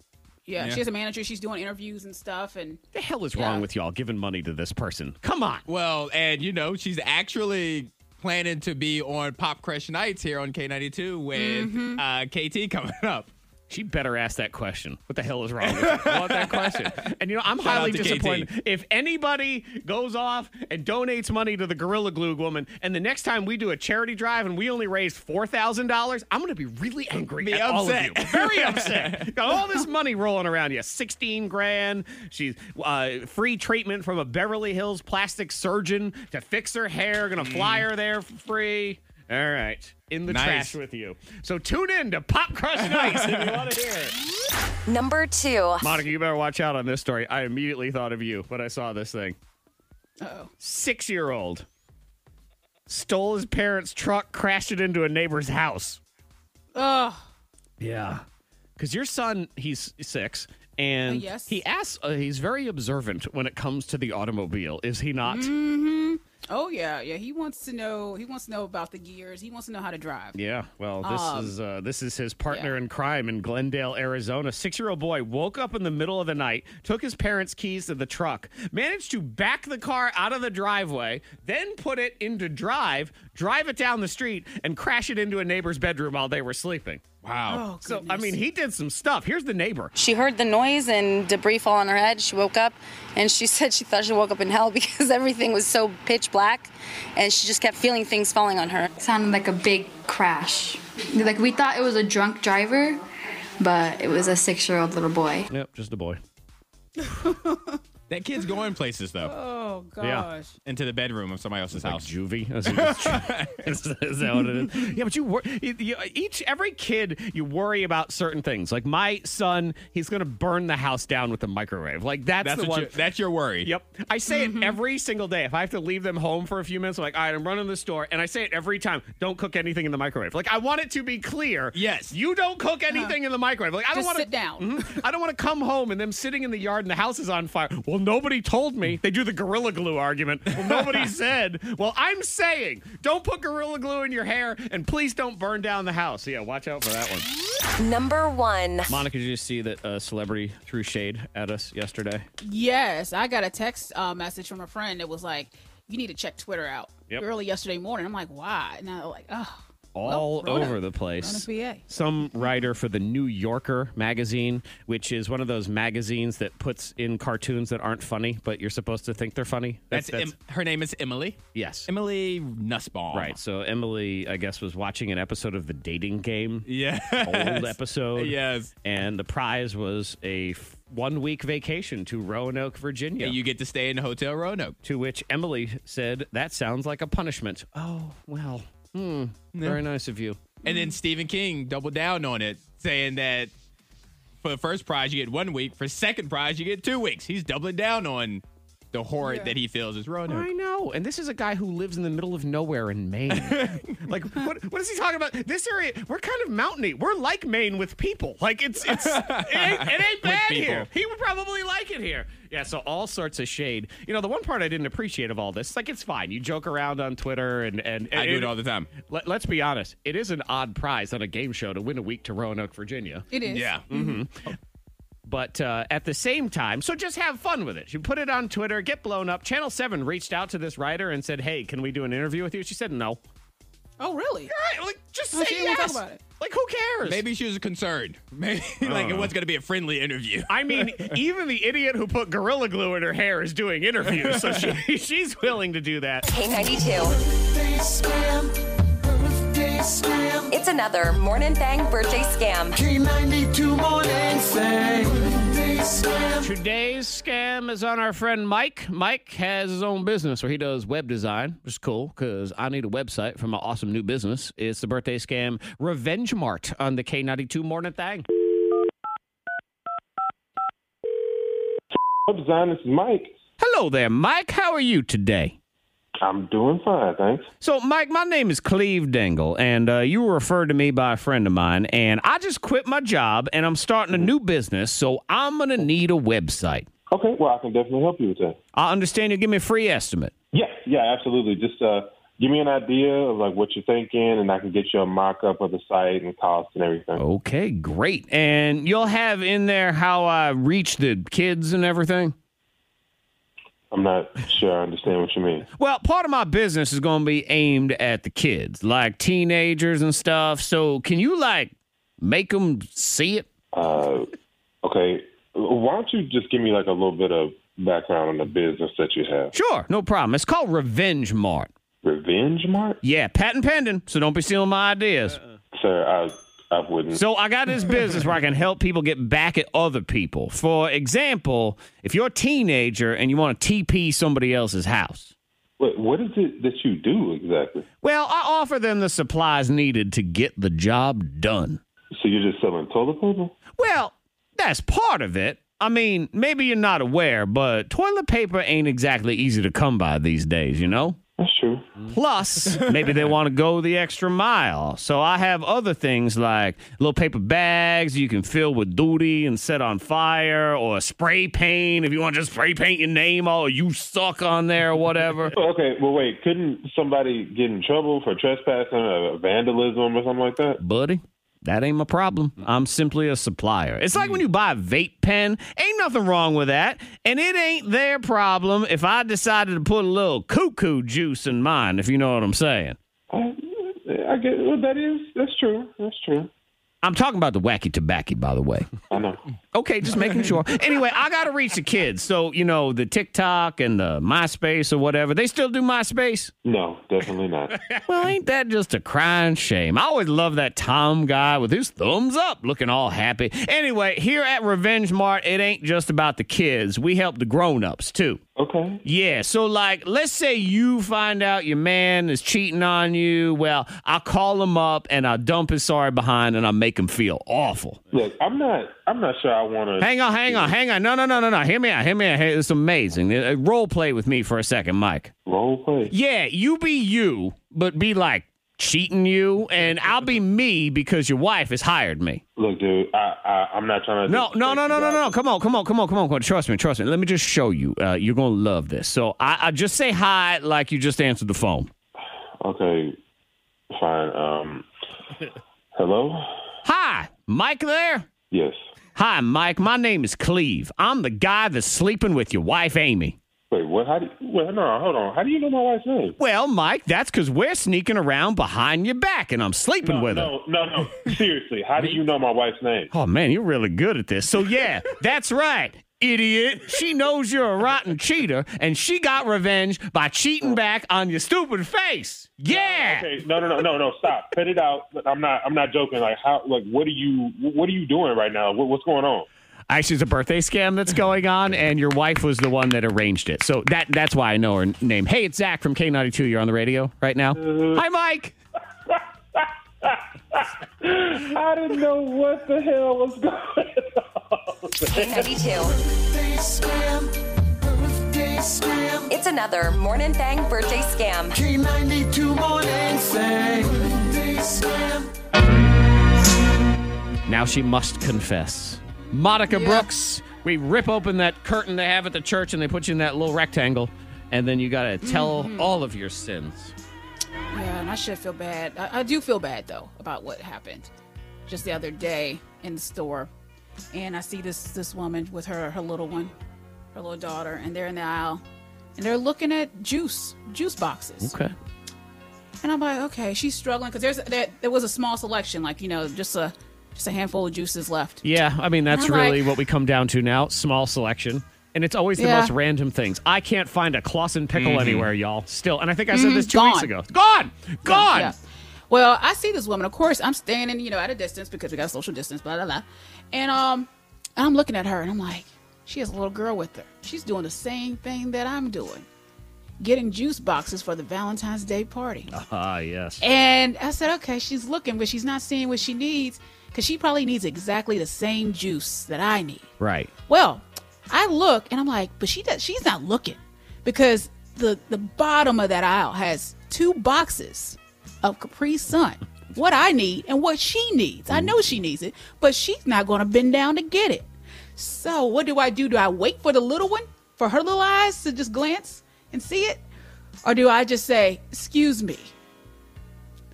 Speaker 4: Yeah,
Speaker 3: Yeah.
Speaker 4: she has a manager. She's doing interviews and stuff. And
Speaker 1: the hell is wrong
Speaker 4: Yeah.
Speaker 1: with y'all giving money to this person? Come on.
Speaker 3: Well, and you know, she's actually planning to be on Pop Crush Nights here on K92 with
Speaker 1: Mm-hmm.
Speaker 3: uh, KT coming up.
Speaker 1: She better ask that question. What the hell is wrong with her? I want that question? And you know, I'm highly
Speaker 3: out to KT.
Speaker 1: disappointed. If anybody goes off and donates money to the Gorilla Glue woman, and the next time we do a charity drive and we only raise four thousand dollars, I'm gonna be really angry
Speaker 3: Be
Speaker 1: at all
Speaker 3: upset.
Speaker 1: of you. Very upset. Got all this money rolling around you. Sixteen grand. She's uh, free treatment from a Beverly Hills plastic surgeon to fix her hair. Gonna fly her there for free. All right. In the
Speaker 3: Mm. Nice.
Speaker 1: trash with you. So tune in to Pop Crush Nights if you want to hear it.
Speaker 5: Number two.
Speaker 1: Monica, you better watch out on this story. I immediately thought of you when I saw this thing.
Speaker 4: oh,
Speaker 1: Six year old stole his parents' truck, crashed it into a neighbor's house.
Speaker 4: oh,
Speaker 1: Yeah. Because your son, he's six, and
Speaker 4: Uh, yes.
Speaker 1: he asks, uh, he's very observant when it comes to the automobile, is he not?
Speaker 4: oh yeah, yeah. He wants to know. He wants to know about the gears. He wants to know how to drive.
Speaker 1: Yeah, well, this is uh, this is his partner
Speaker 4: Um, yeah.
Speaker 1: in crime in Glendale, Arizona. Six-year-old boy woke up in the middle of the night, took his parents' keys to the truck, managed to back the car out of the driveway, then put it into drive, drive it down the street, and crash it into a neighbor's bedroom while they were sleeping.
Speaker 3: Wow.
Speaker 4: Oh, goodness.
Speaker 1: So, I mean, he did some stuff. Here's the neighbor.
Speaker 8: She heard the noise and debris fall on her head. She woke up and she said she thought she woke up in hell because everything was so pitch black and she just kept feeling things falling on her.
Speaker 9: sounded like a big crash. Like we thought it was a drunk driver, but it was a six-year-old little boy.
Speaker 1: Yep, just a boy.
Speaker 3: That kid's going places though,
Speaker 4: oh gosh.
Speaker 1: Yeah.
Speaker 3: into the bedroom of somebody else's house.
Speaker 1: Juvie. Is, is- is that what it is? Yeah, but you, wor- you, you each every kid you worry about certain things. Like my son, he's going to burn the house down with the microwave. Like that's,
Speaker 3: That's
Speaker 1: the
Speaker 3: what
Speaker 1: one.
Speaker 3: you, that's your worry.
Speaker 1: Yep. I say
Speaker 4: Mm-hmm.
Speaker 1: it every single day. If I have to leave them home for a few minutes, I'm like, all right, I'm running to the store. And I say it every time don't cook anything in the microwave. Like, I want it to be clear.
Speaker 3: Yes.
Speaker 1: You don't cook anything in the microwave. Like, I don't
Speaker 4: Uh-huh. Just
Speaker 1: want to
Speaker 4: sit down.
Speaker 3: Mm-hmm.
Speaker 1: I don't want to come home and them sitting in the yard and the house is on fire. Well, nobody told me. They do the Gorilla Glue argument. Well, nobody said. Well, I'm saying don't put Gorilla Glue in your hair and please don't burn down the house. Yeah, watch out for that one.
Speaker 5: Number one.
Speaker 1: Monica, did you see that uh, celebrity threw shade at us yesterday?
Speaker 4: Yes, I got a text uh, message from a friend that was like, "You need to check Twitter out."
Speaker 1: Yep.
Speaker 4: Early yesterday morning, I'm like, "Why?" And I'm like, "Oh,
Speaker 1: all
Speaker 4: Well, Rona.
Speaker 1: over the place.
Speaker 4: Rona PA.
Speaker 1: Some writer for the New Yorker magazine, which is one of those magazines that puts in cartoons that aren't funny, but you're supposed to think they're funny.
Speaker 3: That's, Em- her name is Emily.
Speaker 1: yes.
Speaker 3: Emily Nussbaum.
Speaker 1: Right. So Emily, I guess, was watching an episode of The Dating Game.
Speaker 3: Yeah.
Speaker 1: Old episode.
Speaker 3: Yes.
Speaker 1: And the prize was a f- one week vacation to Roanoke, Virginia.
Speaker 3: And you get to stay in Hotel Roanoke.
Speaker 1: to which Emily said, That sounds like a punishment. Oh, well. Hmm. Very nice of you.
Speaker 3: And then Stephen King doubled down on it, saying that for the first prize you get one week, for second prize you get two weeks. He's doubling down on the horror that he feels is Roanoke.
Speaker 1: I know. And this is a guy who lives in the middle of nowhere in Maine. like, what, what is he talking about? This area, we're kind of mountainy. We're like Maine with people. Like, it's, it's, it ain't, it ain't bad
Speaker 3: people.
Speaker 1: here. He would probably like it here. Yeah, so all sorts of shade. You know, the one part I didn't appreciate of all this, like, it's fine. You joke around on Twitter and, and,
Speaker 3: I do it all the time.
Speaker 1: Let, let's be honest. It is an odd prize on a game show to win a week to Roanoke, Virginia.
Speaker 4: it is."
Speaker 3: Yeah.
Speaker 1: But uh, at the same time, so just have fun with it. She put it on Twitter, get blown up. Channel 7 reached out to this writer and said, hey, can we do an interview with you? She said, no. All
Speaker 4: Oh, really?
Speaker 1: right, like, just
Speaker 4: Well,
Speaker 1: say
Speaker 4: she didn't
Speaker 1: yes.
Speaker 4: talk about it.
Speaker 1: Like, who cares?
Speaker 3: Maybe she was concerned. Maybe like it was going to be a friendly interview.
Speaker 1: I mean, even the idiot who put Gorilla Glue in her hair is doing interviews, so she, she's willing to do that.
Speaker 5: K92. It's another Morning Thang birthday scam.
Speaker 1: Today's scam is on our friend Mike. Mike has his own business where he does web design, which is cool because I need a website for my awesome new business. It's the birthday scam Revenge Mart on the K92 Morning Thing.
Speaker 10: Web design. This is Mike.
Speaker 1: Hello there, Mike. How are you today?
Speaker 6: I'm doing fine, thanks.
Speaker 1: So, Mike, my name is Cleve Dingle, and uh, you were referred to me by a friend of mine, and I just quit my job and I'm starting a new business, so I'm going to need a website.
Speaker 6: Okay, well, I can definitely help you with that.
Speaker 1: I understand you'll give me a free estimate.
Speaker 6: Yeah, yeah, absolutely. Just uh, give me an idea of like what you're thinking, and I can get you a mock up of the site and cost and everything.
Speaker 1: Oh. Okay, great. And you'll have in there how I reach the kids and everything?
Speaker 6: I'm not sure I understand what you mean.
Speaker 1: Well, part of my business is going to be aimed at the kids, like teenagers and stuff. So, can you like make them see it?
Speaker 6: Uh, okay, why don't you just give me like a little bit of background on the business that you have?
Speaker 1: Sure, no problem. It's called Revenge Mart.
Speaker 6: Revenge Mart,
Speaker 1: Yeah, patent pending, so don't be stealing my ideas.
Speaker 6: sir. I I wouldn't.
Speaker 1: So I got this business where I can help people get back at other people. For example, if you're a teenager and you want to TP somebody else's house,
Speaker 6: Wait, what is it that you do exactly?
Speaker 1: well, I offer them the supplies needed to get the job done.
Speaker 6: So you're just selling toilet paper?
Speaker 1: Well, that's part of it. I mean, maybe you're not aware, but toilet paper ain't exactly easy to come by these days, you know?
Speaker 6: That's true.
Speaker 1: Mm-hmm. Plus, maybe they want to go the extra mile. So I have other things like little paper bags you can fill with duty and set on fire, or spray paint if you want to just spray paint your name all you suck on there or whatever.
Speaker 6: Well, Oh, Okay, well, wait. Couldn't somebody get in trouble for trespassing or vandalism or something like that?
Speaker 1: Buddy, that ain't my problem. I'm simply a supplier. It's like when you buy a vape pen, ain't nothing wrong with that. And it ain't their problem if I decided to put a little cuckoo juice in mine, if you know what I'm saying.
Speaker 6: I, I get well, that is that's true. That's true.
Speaker 1: I'm talking about the wacky tobacco, by the way.
Speaker 6: I know.
Speaker 1: Okay, just making sure. Anyway, I got to reach the kids. So, you know, the TikTok and the MySpace or whatever, they still do MySpace?
Speaker 6: No, definitely not.
Speaker 1: Well, ain't that just a crying shame? I always love that Tom guy with his thumbs up looking all happy. Anyway, here at Revenge Mart, it ain't just about the kids. We help the grown ups too.
Speaker 6: Okay.
Speaker 1: Yeah, so like, let's say you find out your man is cheating on you. Well, I call him up and I dump his sorry behind and I make him feel awful.
Speaker 6: Look, I'm not. I'm not sure I want to.
Speaker 1: Hang on, hang on, hang on. No, no, no, no, no. Hear me out. Hear me out. Hey, it's amazing. Uh, Role play with me for a second, Mike.
Speaker 6: Role play.
Speaker 1: Yeah, you be you, but be like cheating you, and I'll be me because your wife has hired me.
Speaker 6: Look, dude. I, I I'm not trying to.
Speaker 1: No, no, no, no, no, no. Come on, come on, come on, come on, come on. Trust me, trust me. Let me just show you. Uh, you're gonna love this. So I, I just say hi like you just answered the phone.
Speaker 6: Okay. Fine. Um. Hello.
Speaker 1: Hi, Mike. There.
Speaker 6: Yes.
Speaker 1: Hi, Mike. My name is Cleve. I'm the guy that's sleeping with your wife, Amy.
Speaker 6: Wait. What? How do? You, wait. No. Hold on. How do you know my wife's name?
Speaker 1: Well, Mike, that's because we're sneaking around behind your back, and I'm sleeping with her.
Speaker 6: No. No. No. Seriously. How do you know my wife's name?
Speaker 1: Oh man, you're really good at this. So yeah, that's right. Idiot. She knows you're a rotten cheater and she got revenge by cheating back on your stupid face. Yeah.
Speaker 6: Oh. Okay, no, no, no, no, no. Stop. Cut it out. I'm not. I'm not joking. Like how? Like what are you? What are you doing right now? What, what's going on?
Speaker 1: Actually, it's a birthday scam that's going on and your wife was the one that arranged it. So that that's why I know her name. Hey, it's Zach from K92. You're on the radio right now.
Speaker 6: Uh-huh.
Speaker 1: Hi Mike.
Speaker 6: I didn't know what the hell was going. on.
Speaker 5: K92. It's another Morning Thang birthday scam.
Speaker 1: Now she must confess. Monica Brooks, we rip open that curtain they have at the church and they put you in that little rectangle, and then you got to tell
Speaker 4: Mm-hmm.
Speaker 1: all of your sins.
Speaker 4: Yeah, and I should feel bad. I, I do feel bad though about what happened just the other day in the store, and I see this this woman with her her little one, her little daughter, and they're in the aisle, and they're looking at juice juice boxes.
Speaker 1: Okay.
Speaker 4: And I'm like, okay, she's struggling because there's there, there was a small selection, like you know, just a just a handful of juices left.
Speaker 1: Yeah, I mean, that's
Speaker 4: I'm like-
Speaker 1: really what we come down to now small selection. And it's always the
Speaker 4: Yeah.
Speaker 1: most random things. I can't find a Clausen pickle anywhere, y'all. Still. And I think I said this 2 weeks
Speaker 4: Mm, Gone.
Speaker 1: ago. Gone! Gone!
Speaker 4: Yeah. Well, I see this woman. Of course, I'm standing, you know, at a distance because we got a social distance, blah blah blah. And um, and I'm looking at her, and I'm like, she has a little girl with her. She's doing the same thing that I'm doing, getting juice boxes for the Valentine's Day party.
Speaker 1: Ah, yes.
Speaker 4: And I said, okay, she's looking, but she's not seeing what she needs because she probably needs exactly the same juice that I need.
Speaker 1: Right.
Speaker 4: Well, I look and I'm like, but she does, she's not looking because the the bottom of that aisle has two boxes of Capri Sun. What I need and what she needs. I know she needs it, but she's not going to bend down to get it. So what do I do? Do I wait for the little one for her little eyes to just glance and see it, or do I just say, "Excuse me,"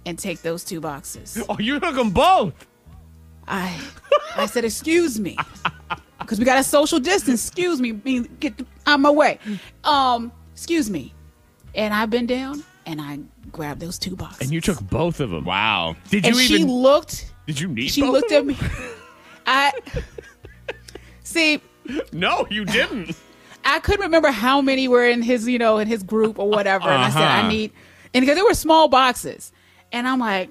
Speaker 4: and take those two boxes?
Speaker 1: Oh, you took them both.
Speaker 4: I I said, excuse me. Because we got a social distance. Excuse me. mean, Get out my way. Um, excuse me. And I bent down and I grabbed those two boxes.
Speaker 1: And you took both of them.
Speaker 3: Wow.
Speaker 1: Did you
Speaker 4: And she
Speaker 1: even?
Speaker 4: looked
Speaker 1: did you need?
Speaker 4: she
Speaker 1: both
Speaker 4: looked
Speaker 1: of
Speaker 4: at
Speaker 1: them?
Speaker 4: me. I see,
Speaker 1: No, you didn't.
Speaker 4: I couldn't remember how many were in his, you know, in his group or whatever. And I said,
Speaker 1: Uh-huh.
Speaker 4: I need and because they were small boxes. And I'm like,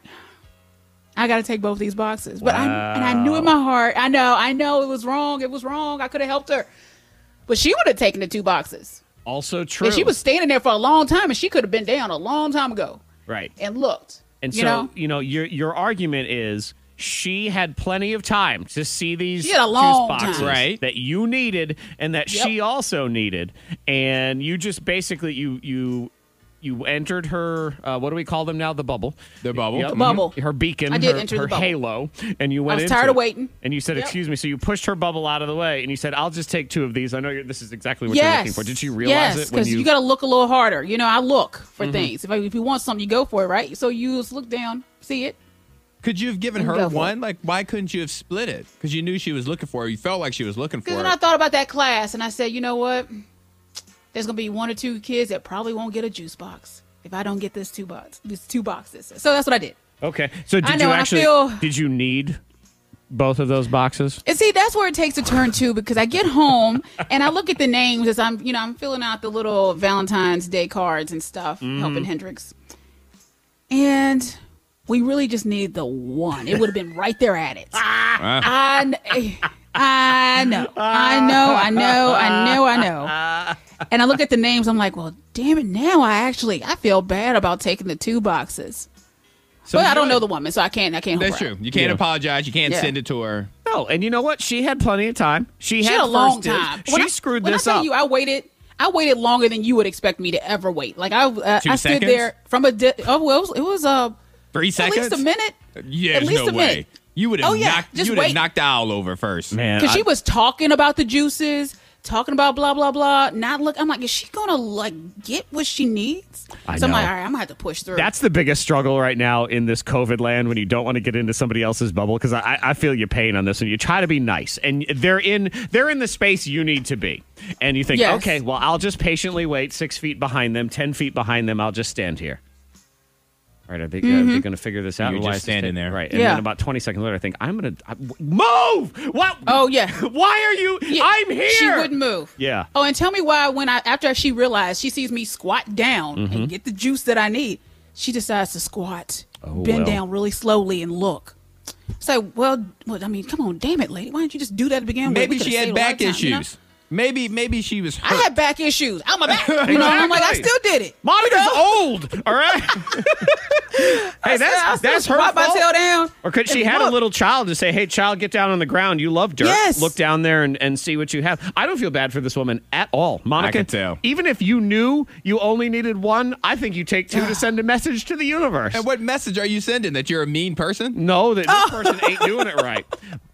Speaker 4: I gotta take both these boxes. But I and I knew in my heart, I know, I know it was wrong. It was wrong. I could have helped her. But she would have taken the two boxes.
Speaker 1: also true.
Speaker 4: And she was standing there for a long time and she could have been down a long time ago
Speaker 1: right.
Speaker 4: and looked.
Speaker 1: And
Speaker 4: you
Speaker 1: so
Speaker 4: know?
Speaker 1: you know your your argument is she had plenty of time to see these
Speaker 4: She had a
Speaker 1: juice
Speaker 4: long
Speaker 1: boxes
Speaker 4: time.
Speaker 3: Right.
Speaker 1: that you needed and that
Speaker 4: Yep.
Speaker 1: she also needed, and you just basically you you you entered her uh, what do we call them now the bubble
Speaker 3: The bubble.
Speaker 1: Yep.
Speaker 3: The
Speaker 4: bubble.
Speaker 1: her beacon
Speaker 4: I did
Speaker 1: her,
Speaker 4: enter
Speaker 1: her
Speaker 4: the bubble.
Speaker 1: halo and you went
Speaker 4: was
Speaker 1: into
Speaker 4: tired of
Speaker 1: it.
Speaker 4: waiting.
Speaker 1: and you said
Speaker 4: Yep.
Speaker 1: excuse me so you pushed her bubble out of the way and you said I'll just take two of these I know you're, this is exactly what you're looking for did she realize
Speaker 4: yes,
Speaker 1: it when Mm-hmm.
Speaker 4: because you, got to look a little harder. You know, I look for things. If, I, if you want something, you go for it, right? So you just look down, see it.
Speaker 3: Could you have given
Speaker 4: You
Speaker 3: her
Speaker 4: go for it.
Speaker 3: one? Like, why couldn't you have split it? Because you knew she was looking for it. You felt like she was looking for
Speaker 4: Because
Speaker 3: it.
Speaker 4: when I thought about that class, and I said, you know what? There's gonna be one or two kids that probably won't get a juice box if I don't get this two box, these two boxes. So that's what I did.
Speaker 1: okay so did
Speaker 4: I know,
Speaker 1: you
Speaker 4: and I
Speaker 1: actually
Speaker 4: feel-
Speaker 1: did you need both of those boxes
Speaker 4: And see, that's where it takes a turn too, because I get home and I look at the names as I'm, you know, I'm filling out the little Valentine's Day cards and stuff, helping Hendrix. And we really just needed the one. It would have been right there at it. I, kn- I know, I know, I know, I know, I know. And I look at the names. I'm like, well, damn it! Now I actually I feel bad about taking the two boxes,
Speaker 1: so
Speaker 4: but I
Speaker 1: you-
Speaker 4: don't know the woman, so I can't. I can't.
Speaker 3: That's
Speaker 4: help her out.
Speaker 3: true. You can't apologize. You can't
Speaker 4: Yeah.
Speaker 3: send it to her.
Speaker 1: No, and you know what? She had plenty of time. She,
Speaker 4: She
Speaker 1: had,
Speaker 4: had a
Speaker 1: first
Speaker 4: long
Speaker 1: dibs.
Speaker 4: time.
Speaker 1: She
Speaker 4: When I-
Speaker 1: screwed
Speaker 4: when
Speaker 1: this
Speaker 4: I tell
Speaker 1: up.
Speaker 4: You, I waited. I waited longer than you would expect me to ever wait. Like I, uh,
Speaker 3: Two
Speaker 4: I stood
Speaker 3: seconds?
Speaker 4: there from a. Di- oh well, it was, it was uh,
Speaker 3: Three
Speaker 4: at
Speaker 3: seconds?
Speaker 4: least a minute.
Speaker 1: Uh,
Speaker 3: Yeah,
Speaker 4: at
Speaker 3: there's
Speaker 4: least
Speaker 3: no
Speaker 4: a
Speaker 3: way.
Speaker 4: minute.
Speaker 3: You would have
Speaker 4: Oh, yeah.
Speaker 3: knocked,
Speaker 4: Just
Speaker 3: you would have
Speaker 4: wait.
Speaker 3: knocked the owl over first.
Speaker 1: Man,
Speaker 4: because
Speaker 1: I-
Speaker 4: she was talking about the juices, talking about blah blah blah. Not look. I'm like, is she gonna like get what she needs?
Speaker 1: I
Speaker 4: so I'm like,
Speaker 1: know.
Speaker 4: all right, I'm gonna have to push through.
Speaker 1: that's the biggest struggle right now in this COVID land when you don't want to get into somebody else's bubble because I, I feel your pain on this and you try to be nice and they're in they're in the space you need to be and you think
Speaker 4: Yes.
Speaker 1: okay well I'll just patiently wait six feet behind them ten feet behind them I'll just stand here. All right, are they, are they going to figure this out?
Speaker 3: You're
Speaker 1: Why
Speaker 3: just
Speaker 1: is this taking-
Speaker 3: standing there.
Speaker 1: right? And
Speaker 4: Mm-hmm. Yeah.
Speaker 1: then about twenty seconds later, I think I'm going to move. What?
Speaker 4: Oh, yeah.
Speaker 1: Why are you?
Speaker 4: Yeah,
Speaker 1: I'm here.
Speaker 4: She wouldn't move.
Speaker 1: Yeah.
Speaker 4: Oh, and tell me why when I after she realized she sees me squat down
Speaker 1: Mm-hmm.
Speaker 4: and get the juice that I need, she decides to squat, bend
Speaker 1: Oh, well.
Speaker 4: down really slowly and look. So, well, well, I mean, come on, damn it, lady, why didn't you just do that to begin with? We
Speaker 3: Maybe
Speaker 4: could've
Speaker 3: she
Speaker 4: saved
Speaker 3: had
Speaker 4: a lot
Speaker 3: back
Speaker 4: of time,
Speaker 3: issues.
Speaker 4: you know?
Speaker 3: Maybe maybe she was hurt.
Speaker 4: I had back issues. I'm a back. You know, I'm like, I
Speaker 1: Exactly.
Speaker 4: still did it.
Speaker 1: Monica's old, all right. hey,
Speaker 4: I
Speaker 1: that's
Speaker 4: still
Speaker 1: that's her
Speaker 4: squat my
Speaker 1: fault.
Speaker 4: tail down.
Speaker 1: Or could she
Speaker 4: and
Speaker 1: had a
Speaker 4: look.
Speaker 1: little child to say, "Hey, child, get down on the ground. You love dirt.
Speaker 4: Yes.
Speaker 1: Look down there and, and see what you have." I don't feel bad for this woman at all, Monica.
Speaker 3: can tell.
Speaker 1: Even if you knew you only needed one, I think you take two to send a message to the universe.
Speaker 3: and what message are you sending? That you're a mean person?
Speaker 1: No, that
Speaker 4: Oh.
Speaker 1: this person ain't doing it right.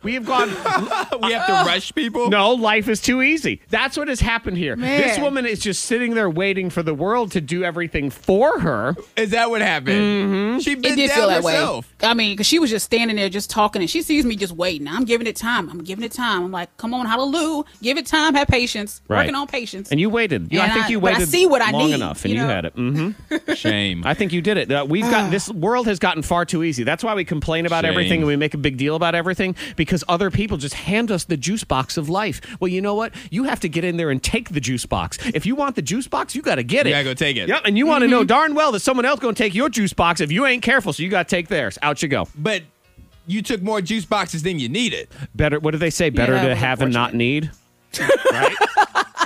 Speaker 1: We have gone.
Speaker 3: we have to rush people?
Speaker 1: No, life is too easy. That's what has happened here. This
Speaker 4: Man.
Speaker 1: woman is just sitting there waiting for the world to do everything for her.
Speaker 3: Is that what happened? She
Speaker 4: Mm-hmm. It
Speaker 3: bent
Speaker 4: did
Speaker 3: down
Speaker 4: feel that
Speaker 3: herself.
Speaker 4: way. I mean, because she was just standing there, just talking, and she sees me just waiting. I'm giving it time. I'm giving it time. I'm like, come on, hallelujah. Give it time. Have patience.
Speaker 1: Right.
Speaker 4: Working on patience.
Speaker 1: And you waited. You- I
Speaker 4: And
Speaker 1: think
Speaker 4: I-
Speaker 1: you
Speaker 4: but I
Speaker 1: waited
Speaker 4: see what I
Speaker 1: long
Speaker 4: need,
Speaker 1: enough, and you,
Speaker 4: you know? Ah.
Speaker 1: had it. hmm
Speaker 3: Shame.
Speaker 1: I think you did it. Uh, we've got this world has gotten far too easy. That's why we complain about
Speaker 3: Shame.
Speaker 1: everything and we make a big deal about everything because other people just hand us the juice box of life. Well, you know what? You have to get in there and take the juice box. If you want the juice box, you got to get
Speaker 3: You
Speaker 1: it.
Speaker 3: gotta go take it.
Speaker 1: Yep. And you want to
Speaker 4: Mm-hmm.
Speaker 1: know darn well that someone else going to take your juice box if you ain't careful. So you got to take theirs. Out you go.
Speaker 3: but you took more juice boxes than you needed.
Speaker 1: Better. What do they say? Better
Speaker 4: Yeah,
Speaker 1: to
Speaker 4: well,
Speaker 1: have and not
Speaker 4: unfortunate.
Speaker 1: need.
Speaker 3: Right?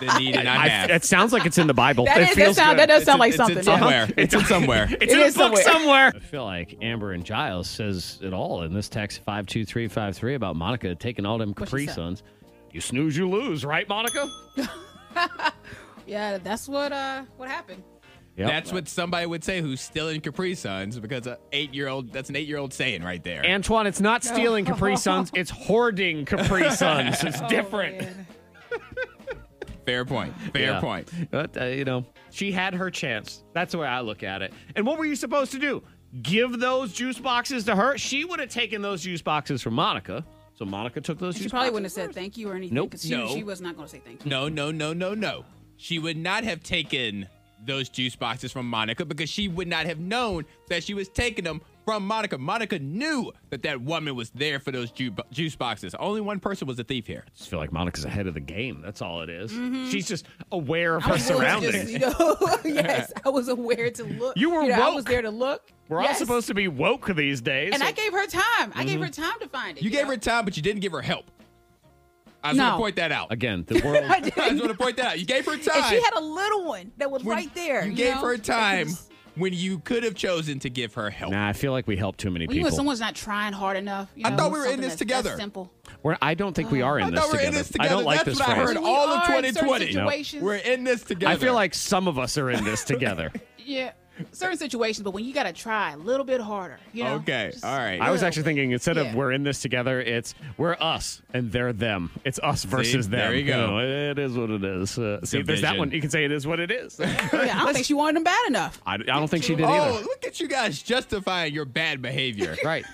Speaker 3: than needed not
Speaker 1: I-
Speaker 3: have.
Speaker 1: it sounds like it's in the Bible.
Speaker 4: That
Speaker 1: it
Speaker 4: is- that
Speaker 1: feels
Speaker 4: sound-
Speaker 1: good.
Speaker 4: that does
Speaker 3: It's
Speaker 4: sound
Speaker 3: in-
Speaker 4: like
Speaker 3: it's in
Speaker 4: something.
Speaker 3: somewhere. It's in somewhere.
Speaker 1: It's
Speaker 4: It
Speaker 1: in a
Speaker 4: is
Speaker 1: book
Speaker 4: somewhere.
Speaker 1: somewhere.
Speaker 10: I feel like Amber and Giles says it all in this text 52353 about Monica taking all them
Speaker 4: What she
Speaker 10: Capri
Speaker 4: said.
Speaker 10: Suns. You snooze, you lose, right, Monica?
Speaker 4: Yeah, that's what uh what happened.
Speaker 3: That's what somebody would say who's stealing Capri Suns because a eight year old that's an eight year old saying right there.
Speaker 1: Antoine, it's not stealing Capri Suns, it's hoarding Capri Suns. It's
Speaker 4: Oh,
Speaker 1: different.
Speaker 3: Fair point. Fair
Speaker 1: Yeah.
Speaker 3: point.
Speaker 1: But, uh, you know, she had her chance. That's the way I look at it. And what were you supposed to do? Give those juice boxes to her? She would have taken those juice boxes from Monica. So Monica took those
Speaker 4: She
Speaker 1: juice
Speaker 4: probably
Speaker 1: boxes.
Speaker 4: wouldn't have said thank you or anything
Speaker 1: Nope.
Speaker 4: 'cause she,
Speaker 3: No.
Speaker 4: she was not going to say thank you.
Speaker 3: No, no, no, no, no. She would not have taken those juice boxes from Monica because she would not have known that she was taking them from Monica. Monica knew that that woman was there for those ju- juice boxes. Only one person was a thief here.
Speaker 1: I just feel like Monica's ahead of the game. That's all it is. She's just aware of
Speaker 4: Mm-hmm. I
Speaker 1: her
Speaker 4: was willing to just,
Speaker 1: surroundings.
Speaker 4: you know, yes, I was aware to look.
Speaker 1: You were
Speaker 4: know, I was
Speaker 1: woke.
Speaker 4: there to look.
Speaker 1: We're all
Speaker 4: Yes.
Speaker 1: supposed to be woke these days.
Speaker 4: And I gave her time. I gave
Speaker 1: Mhm.
Speaker 4: her time to find it.
Speaker 3: Mm-hmm. You gave her time, but you didn't give her help. I just want
Speaker 4: No.
Speaker 3: to point that out.
Speaker 1: Again, the world.
Speaker 3: I just want to point that out. You gave her time.
Speaker 4: And she had a little one that was right there.
Speaker 3: you
Speaker 4: you
Speaker 3: gave
Speaker 4: know?
Speaker 3: her
Speaker 4: Like,
Speaker 3: time
Speaker 4: it's-
Speaker 3: when you could have chosen to give her help.
Speaker 1: Nah, I feel like we help too many
Speaker 4: Well, you know,
Speaker 1: people.
Speaker 4: someone's not trying hard enough. You
Speaker 3: I
Speaker 4: know,
Speaker 3: thought we were in
Speaker 4: something
Speaker 3: this
Speaker 4: that's- that's
Speaker 3: together.
Speaker 4: Simple.
Speaker 1: We're, I don't think we are in,
Speaker 3: I
Speaker 1: this,
Speaker 3: thought we were
Speaker 1: together.
Speaker 3: in this
Speaker 1: I
Speaker 3: together.
Speaker 1: don't like
Speaker 3: That's
Speaker 1: this
Speaker 3: what I
Speaker 1: phrase.
Speaker 3: heard
Speaker 4: We
Speaker 3: all of
Speaker 4: are in certain
Speaker 3: 2020.
Speaker 4: situations.
Speaker 3: We're in this together.
Speaker 1: I feel like some of us are in this together.
Speaker 4: Yeah, certain situations, but when you got to try a little bit harder, you know.
Speaker 3: Okay. All right.
Speaker 1: I was actually thinking instead of
Speaker 4: Yeah.
Speaker 1: we're in this together, it's we're us and they're them. It's us versus them.
Speaker 3: there you go.
Speaker 1: know, it is what it is. Uh, see, there's that
Speaker 3: Division.
Speaker 1: one. You can say it is what it is. I,
Speaker 4: Yeah, I don't think she wanted him bad enough.
Speaker 1: I don't think she did
Speaker 3: Oh,
Speaker 1: either.
Speaker 3: look at you guys justifying your bad behavior.
Speaker 1: Right.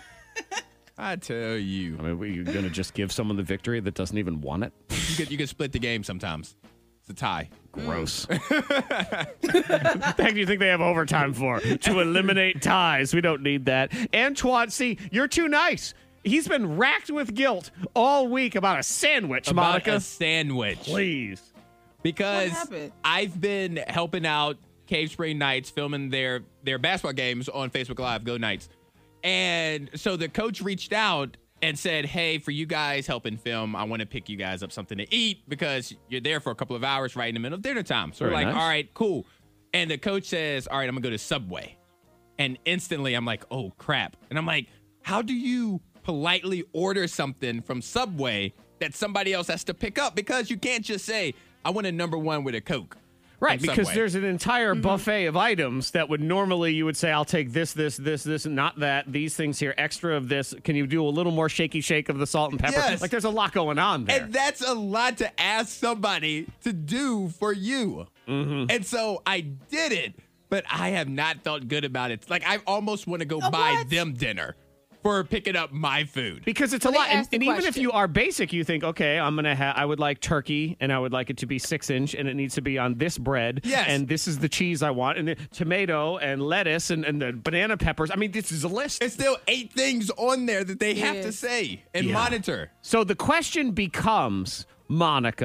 Speaker 3: I tell you,
Speaker 1: I mean, we are going to just give someone the victory that doesn't even want it?
Speaker 3: you could you could split the game sometimes. It's a tie.
Speaker 1: Gross. what the heck do you think they have overtime for? To eliminate ties. We don't need that. Antoine, see, you're too nice. He's been racked with guilt all week about a sandwich,
Speaker 3: About
Speaker 1: Monica.
Speaker 3: a sandwich.
Speaker 1: Please.
Speaker 3: because
Speaker 4: What happened?
Speaker 3: I've been helping out Cave Spring Knights filming their their basketball games on Facebook Live. Go Knights! And so the coach reached out and said, "Hey, for you guys helping film, I want to pick you guys up something to eat because you're there for a couple of hours right in the middle of dinner time." So we're
Speaker 1: Very
Speaker 3: like,
Speaker 1: nice.
Speaker 3: "All right, cool." And the coach says, "All right, I'm gonna go to Subway." And instantly, I'm like, "Oh crap!" And I'm like, "How do you politely order something from Subway that somebody else has to pick up? Because you can't just say." I want a number one with a Coke.
Speaker 1: Right,
Speaker 3: from
Speaker 1: because
Speaker 3: Subway.
Speaker 1: there's an entire buffet of items that would normally you would say, I'll take this, this, this, this, and not that, these things here, extra of this. Can you do a little more shaky shake of the salt and pepper?
Speaker 3: Yes.
Speaker 1: Like there's a lot going on there.
Speaker 3: And that's a lot to ask somebody to do for you.
Speaker 1: Mm-hmm.
Speaker 3: And so I did it, but I have not felt good about it. Like I almost want to go buy
Speaker 4: what?
Speaker 3: them dinner for picking up my food.
Speaker 1: because it's a
Speaker 4: they
Speaker 1: lot. And,
Speaker 4: asked the
Speaker 1: and even if
Speaker 4: question.
Speaker 1: you are basic, you think, okay, I'm gonna have I would like turkey and I would like it to be six inch and it needs to be on this bread.
Speaker 3: Yes.
Speaker 1: And this is the cheese I want, and the tomato and lettuce and, and the banana peppers. I mean, this is a list.
Speaker 3: It's still eight things on there that they have to say and monitor.
Speaker 1: So the question becomes, Monica,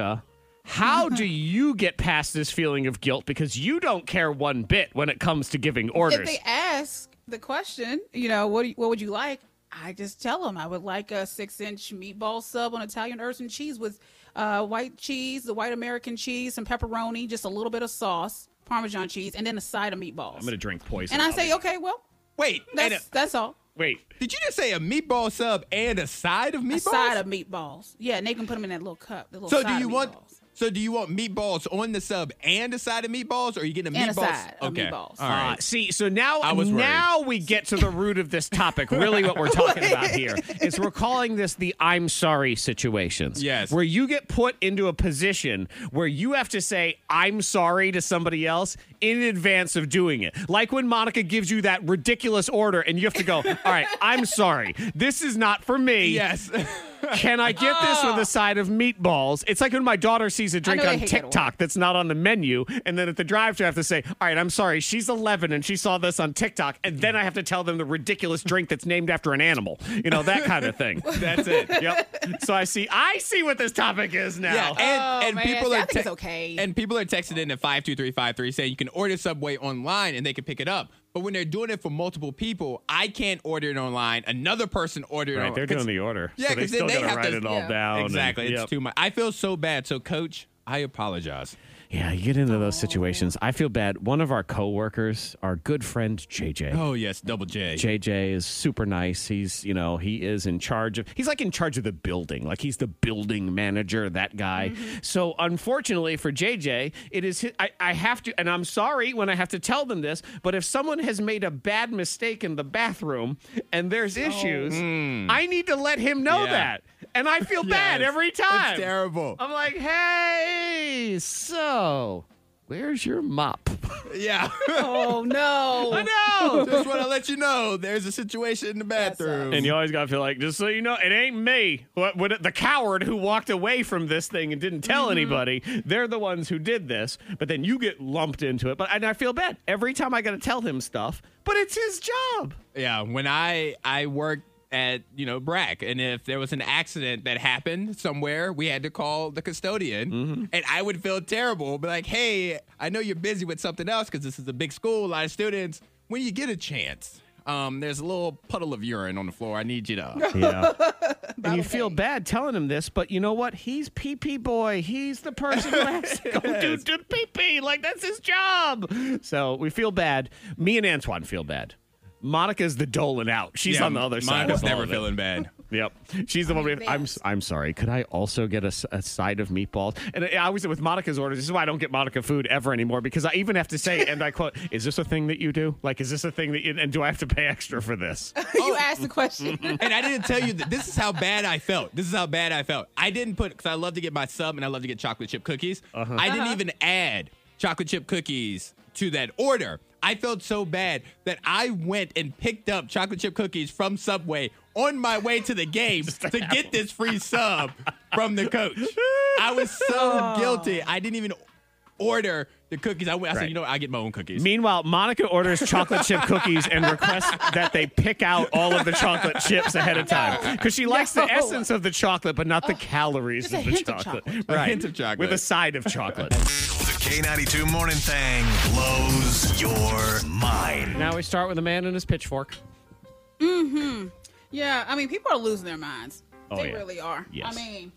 Speaker 3: Mm-hmm.
Speaker 1: how do you get past this feeling of guilt because you don't care one bit when it comes to giving
Speaker 4: If
Speaker 1: orders?
Speaker 4: they ask the question, you know, what do you- what would you like? I just tell them I would like a six-inch meatball sub on Italian herbs and cheese with uh, white cheese, the white American cheese, some pepperoni, just a little bit of sauce, Parmesan cheese, and then a side of meatballs.
Speaker 1: I'm going to drink poison.
Speaker 4: and I
Speaker 1: I'll
Speaker 4: say,
Speaker 1: be-
Speaker 4: okay, well,
Speaker 3: Wait, and
Speaker 4: that's that's all.
Speaker 1: wait.
Speaker 3: a- did you just say a meatball sub and a side of meatballs?
Speaker 4: A side of meatballs. Yeah, and they can put them in that little cup. The little
Speaker 3: so do
Speaker 4: side
Speaker 3: you
Speaker 4: of
Speaker 3: want?
Speaker 4: meatballs.
Speaker 3: So do you want meatballs on the sub and a side of meatballs, or are you getting
Speaker 4: And a
Speaker 3: meatballs?
Speaker 4: side of
Speaker 3: okay,
Speaker 4: meatballs.
Speaker 3: all right.
Speaker 1: Uh, see, so now
Speaker 3: I was worried.
Speaker 1: now we get to the root of this topic. Really, what we're talking about here is we're calling this the "I'm sorry" situations.
Speaker 3: Yes.
Speaker 1: where you get put into a position where you have to say "I'm sorry" to somebody else in advance of doing it. Like when Monica gives you that ridiculous order, and you have to go, "All right, I'm sorry. This is not for me.
Speaker 3: Yes.
Speaker 1: Can I get this with a side of meatballs? It's like when my daughter sees a drink
Speaker 4: know they
Speaker 1: on
Speaker 4: hate that order.
Speaker 1: TikTok that's not on the menu, and then at the drive-thru I have to say, "All right, I'm sorry, she's 11 and she saw this on TikTok," and then I have to tell them the ridiculous drink that's named after an animal. You know that kind of thing.
Speaker 3: That's it.
Speaker 1: yep. So I see, I see what this topic is now.
Speaker 3: Yeah, and,
Speaker 4: Oh,
Speaker 3: and
Speaker 4: man.
Speaker 3: people
Speaker 4: See,
Speaker 3: are
Speaker 4: I think
Speaker 3: te-
Speaker 4: it's okay.
Speaker 3: And people are texting in at five two three five three saying you can order Subway online and they can pick it up. But when they're doing it for multiple people, I can't order it online. Another person ordered it.
Speaker 1: Right,
Speaker 3: on-
Speaker 1: they're doing
Speaker 3: it's-
Speaker 1: the order.
Speaker 3: Yeah,
Speaker 1: so they
Speaker 3: 'cause then
Speaker 1: still
Speaker 3: they
Speaker 1: gotta
Speaker 3: have
Speaker 1: write
Speaker 3: to-
Speaker 1: it all
Speaker 4: yeah.
Speaker 1: down. and-
Speaker 3: exactly. It's
Speaker 1: yep.
Speaker 3: too much. I feel so bad. So, coach, I apologize.
Speaker 1: Yeah, you get into
Speaker 3: Oh.
Speaker 1: those situations. I feel bad. One of our coworkers, our good friend JJ.
Speaker 3: Oh yes, double J.
Speaker 1: JJ is super nice. He's, you know, he is in charge of he's like in charge of the building. Like he's the building manager, that guy.
Speaker 3: Mm-hmm.
Speaker 1: So unfortunately for JJ, it is his, I, I have to and I'm sorry when I have to tell them this, but if someone has made a bad mistake in the bathroom and there's issues, I need to let him know
Speaker 3: Oh. Mm. Yeah.
Speaker 1: that. And I feel bad
Speaker 3: Yes.
Speaker 1: every
Speaker 3: It's
Speaker 1: time.
Speaker 3: terrible.
Speaker 1: I'm like, hey, so where's your mop?
Speaker 3: Yeah.
Speaker 4: Oh no.
Speaker 1: I know.
Speaker 3: Just want to let you know there's a situation in the bathroom.
Speaker 1: And you always gotta feel like, just so you know, it ain't me. What, what the coward who walked away from this thing and didn't tell anybody. They're the ones who did this. But then you get lumped into it. But and I feel bad every time I gotta tell him stuff. But it's his job.
Speaker 3: Yeah, when I I worked at you know Brack, and if there was an accident that happened somewhere, we had to call the custodian,
Speaker 1: Mm-hmm.
Speaker 3: and I would feel terrible, be like, "Hey, I know you're busy with something else because this is a big school, a lot of students. When you get a chance, um, there's a little puddle of urine on the floor. I need you to."
Speaker 1: Yeah. and you feel bad telling him this, but you know what? He's pee pee boy. He's the person who has to go do, do pee pee. Like that's his job. So we feel bad. Me and Antoine feel bad. Monica's the doling out. She's
Speaker 3: Yeah,
Speaker 1: on the other side.
Speaker 3: Monica's
Speaker 1: of all
Speaker 3: never
Speaker 1: of it.
Speaker 3: feeling bad.
Speaker 1: Yep, she's the one. We, I'm I'm sorry. Could I also get a, s- a side of meatballs? And I I always with Monica's orders. This is why I don't get Monica food ever anymore because I even have to say, and I quote, "Is this a thing that you do? Like, is this a thing that? You, and do I have to pay extra for this?"
Speaker 4: you asked the question.
Speaker 1: Mm-hmm.
Speaker 3: and I didn't tell you that this is how bad I felt. This is how bad I felt. I didn't put because I love to get my sub and I love to get chocolate chip cookies.
Speaker 1: Uh-huh.
Speaker 3: I didn't even add chocolate chip cookies to that order. I felt so bad that I went and picked up chocolate chip cookies from Subway on my way to the game to get this free sub from the coach. I was so guilty. I didn't even order the cookies. I went. I said,
Speaker 1: Right.
Speaker 3: you know, what? I get my own cookies.
Speaker 1: Meanwhile, Monica orders chocolate chip cookies and requests that they pick out all of the chocolate chips ahead of time because she likes the
Speaker 4: No. Oh,
Speaker 1: essence of the chocolate, but not the calories
Speaker 4: just
Speaker 1: of
Speaker 4: a
Speaker 1: the
Speaker 4: hint of
Speaker 1: chocolate.
Speaker 4: chocolate.
Speaker 3: A hint of chocolate.
Speaker 1: with a side of chocolate.
Speaker 2: The K92 Morning Thang blows your mind.
Speaker 10: Now we start with a man and his pitchfork.
Speaker 4: Yeah, I mean, people are losing their minds.
Speaker 1: Oh,
Speaker 4: they
Speaker 1: yeah.
Speaker 4: really are.
Speaker 1: Yes.
Speaker 4: I mean,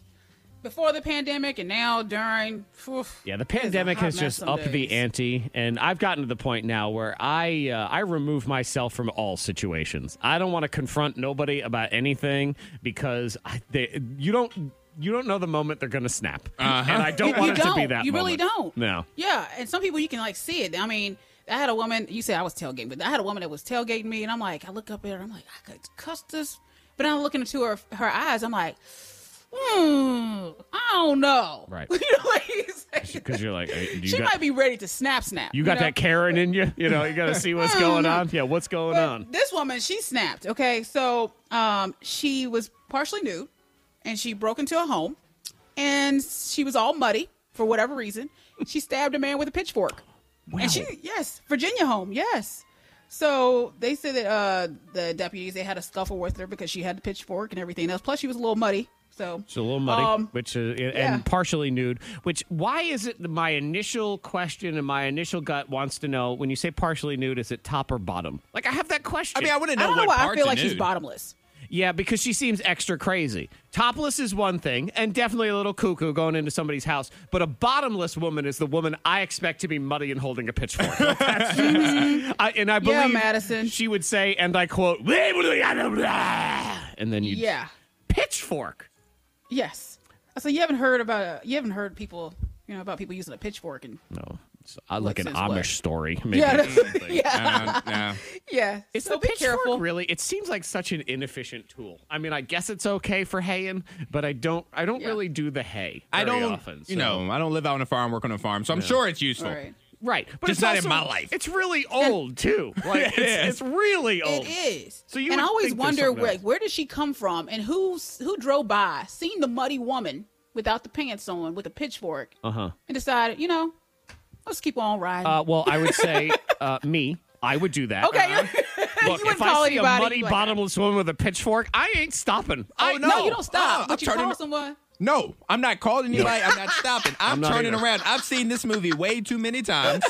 Speaker 4: before the pandemic and now during. oof,
Speaker 1: Yeah, the
Speaker 4: it is a
Speaker 1: pandemic
Speaker 4: hot
Speaker 1: has
Speaker 4: mess
Speaker 1: just
Speaker 4: some
Speaker 1: upped the
Speaker 4: days.
Speaker 1: ante, and I've gotten to the point now where I uh, I remove myself from all situations. I don't want to confront nobody about anything because I, they, you don't you don't know the moment they're going to snap, and I don't
Speaker 4: You-
Speaker 1: want
Speaker 4: you
Speaker 1: it
Speaker 4: don't.
Speaker 1: to be that.
Speaker 4: You really
Speaker 1: moment.
Speaker 4: don't.
Speaker 1: No.
Speaker 4: Yeah, and some people you can like see it. I mean, I had a woman. You said I was tailgating, but I had a woman that was tailgating me, and I'm like, I look up at her, I'm like, I could cuss this, but I'm looking into her her eyes, I'm like, hmm, I don't know.
Speaker 1: Right.
Speaker 4: you know, like, it's like-
Speaker 1: Because you're like, hey, you
Speaker 4: she
Speaker 1: got,
Speaker 4: might be ready to snap, snap.
Speaker 1: you got
Speaker 4: know?
Speaker 1: that Karen in you. You know, you got to see what's going on. Yeah, what's going
Speaker 4: But
Speaker 1: on?
Speaker 4: This woman, she snapped. Okay, so um, she was partially nude, and she broke into a home, and she was all muddy for whatever reason. She stabbed a man with a pitchfork, and she yes, Virginia home, yes. So they said that uh, the deputies they had a scuffle with her because she had the pitchfork and everything else. Plus, she was a little muddy. So
Speaker 1: It's a little muddy,
Speaker 4: Um,
Speaker 1: which uh, and
Speaker 4: yeah.
Speaker 1: partially nude. Which why is it that my initial question and my initial gut wants to know when you say partially nude, is it top or bottom? Like I have that question.
Speaker 3: I mean, I want to
Speaker 4: I
Speaker 3: know
Speaker 4: don't know
Speaker 3: what
Speaker 4: why I
Speaker 3: parts
Speaker 4: feel
Speaker 3: are
Speaker 4: like she's
Speaker 3: nude.
Speaker 4: bottomless.
Speaker 1: yeah, because she seems extra crazy. Topless is one thing, and definitely a little cuckoo going into somebody's house. But a bottomless woman is the woman I expect to be muddy and holding a pitchfork. That's just- I, and I believe
Speaker 4: Yeah, Madison.
Speaker 1: she would say, and I quote, and then you
Speaker 4: Yeah.
Speaker 1: pitchfork.
Speaker 4: Yes. So you haven't heard about uh, you haven't heard people you know about people using a pitchfork and
Speaker 1: No, it's, I like
Speaker 4: Looks
Speaker 1: an
Speaker 4: his
Speaker 1: Amish
Speaker 4: way.
Speaker 1: story. Maybe.
Speaker 4: yeah
Speaker 3: Uh, no.
Speaker 4: yeah.
Speaker 1: Is
Speaker 4: so
Speaker 1: the
Speaker 4: be
Speaker 1: pitchfork
Speaker 4: careful.
Speaker 1: really? It seems like such an inefficient tool. I mean, I guess it's okay for haying, but I don't. I don't
Speaker 4: Yeah.
Speaker 1: really do the hay.
Speaker 3: I
Speaker 1: very
Speaker 3: don't,
Speaker 1: often. so-
Speaker 3: you know, I don't live out on a farm, work on a farm, so I'm sure it's useful.
Speaker 4: All right.
Speaker 1: right? But
Speaker 3: Just
Speaker 1: it's
Speaker 3: not in
Speaker 1: also-
Speaker 3: my life.
Speaker 1: It's really old too. Like it's, it's really old.
Speaker 4: It is.
Speaker 1: So you
Speaker 4: and I
Speaker 1: would
Speaker 4: always
Speaker 1: think there's
Speaker 4: wonder
Speaker 1: something
Speaker 4: where,
Speaker 1: else.
Speaker 4: where did she come from and who who drove by, seen the muddy woman without the pants on with a pitchfork, uh-huh. and decided, you know, let's keep on riding.
Speaker 1: Uh, well, I would say uh, me. I would do that. Uh,
Speaker 4: okay.
Speaker 1: Look,
Speaker 4: you wouldn't
Speaker 1: if
Speaker 4: call
Speaker 1: I see a
Speaker 4: anybody,
Speaker 1: muddy,
Speaker 4: like-
Speaker 1: bottomless woman with a pitchfork, I ain't stopping. I
Speaker 4: no, you don't
Speaker 3: Uh,
Speaker 4: stop. but
Speaker 3: I'm
Speaker 4: you
Speaker 3: turning-
Speaker 4: call someone.
Speaker 3: No, I'm not calling anybody. I'm not stopping. I'm,
Speaker 1: I'm not
Speaker 3: turning
Speaker 1: either.
Speaker 3: around. I've seen this movie way too many times.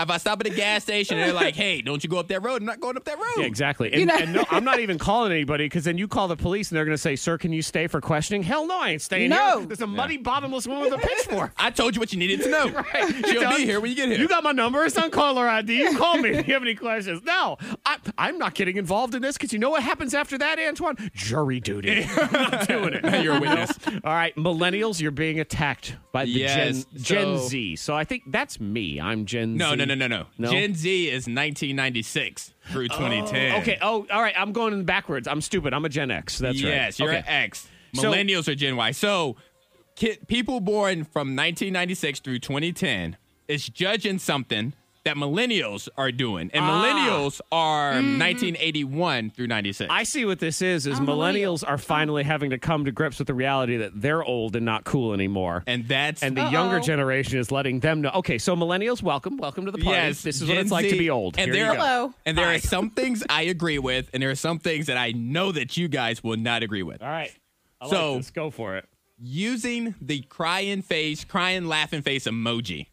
Speaker 3: If I stop at a gas station and they're like, "Hey, don't you go up that road?" I'm not going up that road.
Speaker 1: Yeah, exactly. And, and no, I'm not even calling anybody because then you call the police and they're going to say, "Sir, can you stay for questioning?" Hell no, I ain't staying
Speaker 3: No.
Speaker 1: here. There's a muddy, bottomless woman with a pitchfork.
Speaker 3: I told you what you needed to know.
Speaker 1: right.
Speaker 3: She'll be here when you get here.
Speaker 1: You got my number. It's on caller ID. You call me if you have any questions. No, I, I'm not getting involved in this because you know what happens after that, Antoine? Jury duty. I'm not doing it.
Speaker 3: Now you're a witness.
Speaker 1: All right, millennials, you're being attacked by the
Speaker 3: Yes,
Speaker 1: Gen, Gen
Speaker 3: so-
Speaker 1: Z. So I think that's me. I'm Gen Z.
Speaker 3: No, no, no, no, no,
Speaker 1: No?
Speaker 3: Gen Z is 1996 through 2010.
Speaker 1: Okay. Oh, all right. I'm going in backwards. I'm stupid. I'm a Gen X. That's right.
Speaker 3: yes, you're
Speaker 1: okay.
Speaker 3: an X.
Speaker 1: So-
Speaker 3: Millennials are Gen Y. So, ki- people born from 1996 through 2010 is judging something that millennials are doing, and
Speaker 1: Ah. Mm-hmm.
Speaker 3: millennials are 1981 through 96.
Speaker 1: I see what this is. Is millennials are finally having to come to grips with the reality that they're old and not cool anymore,
Speaker 3: and that's
Speaker 1: and the younger generation is letting them know. Okay, so millennials, welcome, welcome to the party.
Speaker 3: Yes,
Speaker 1: this is what
Speaker 3: Gen
Speaker 1: it's like to
Speaker 3: Z.
Speaker 1: be old.
Speaker 3: And
Speaker 1: Here
Speaker 3: there,
Speaker 1: you go.
Speaker 3: and there are some things I agree with, and there are some things that I know that you guys will not agree with.
Speaker 1: All right. I like
Speaker 3: So-
Speaker 1: this. go for it.
Speaker 3: Using the crying face, crying laughing face emoji,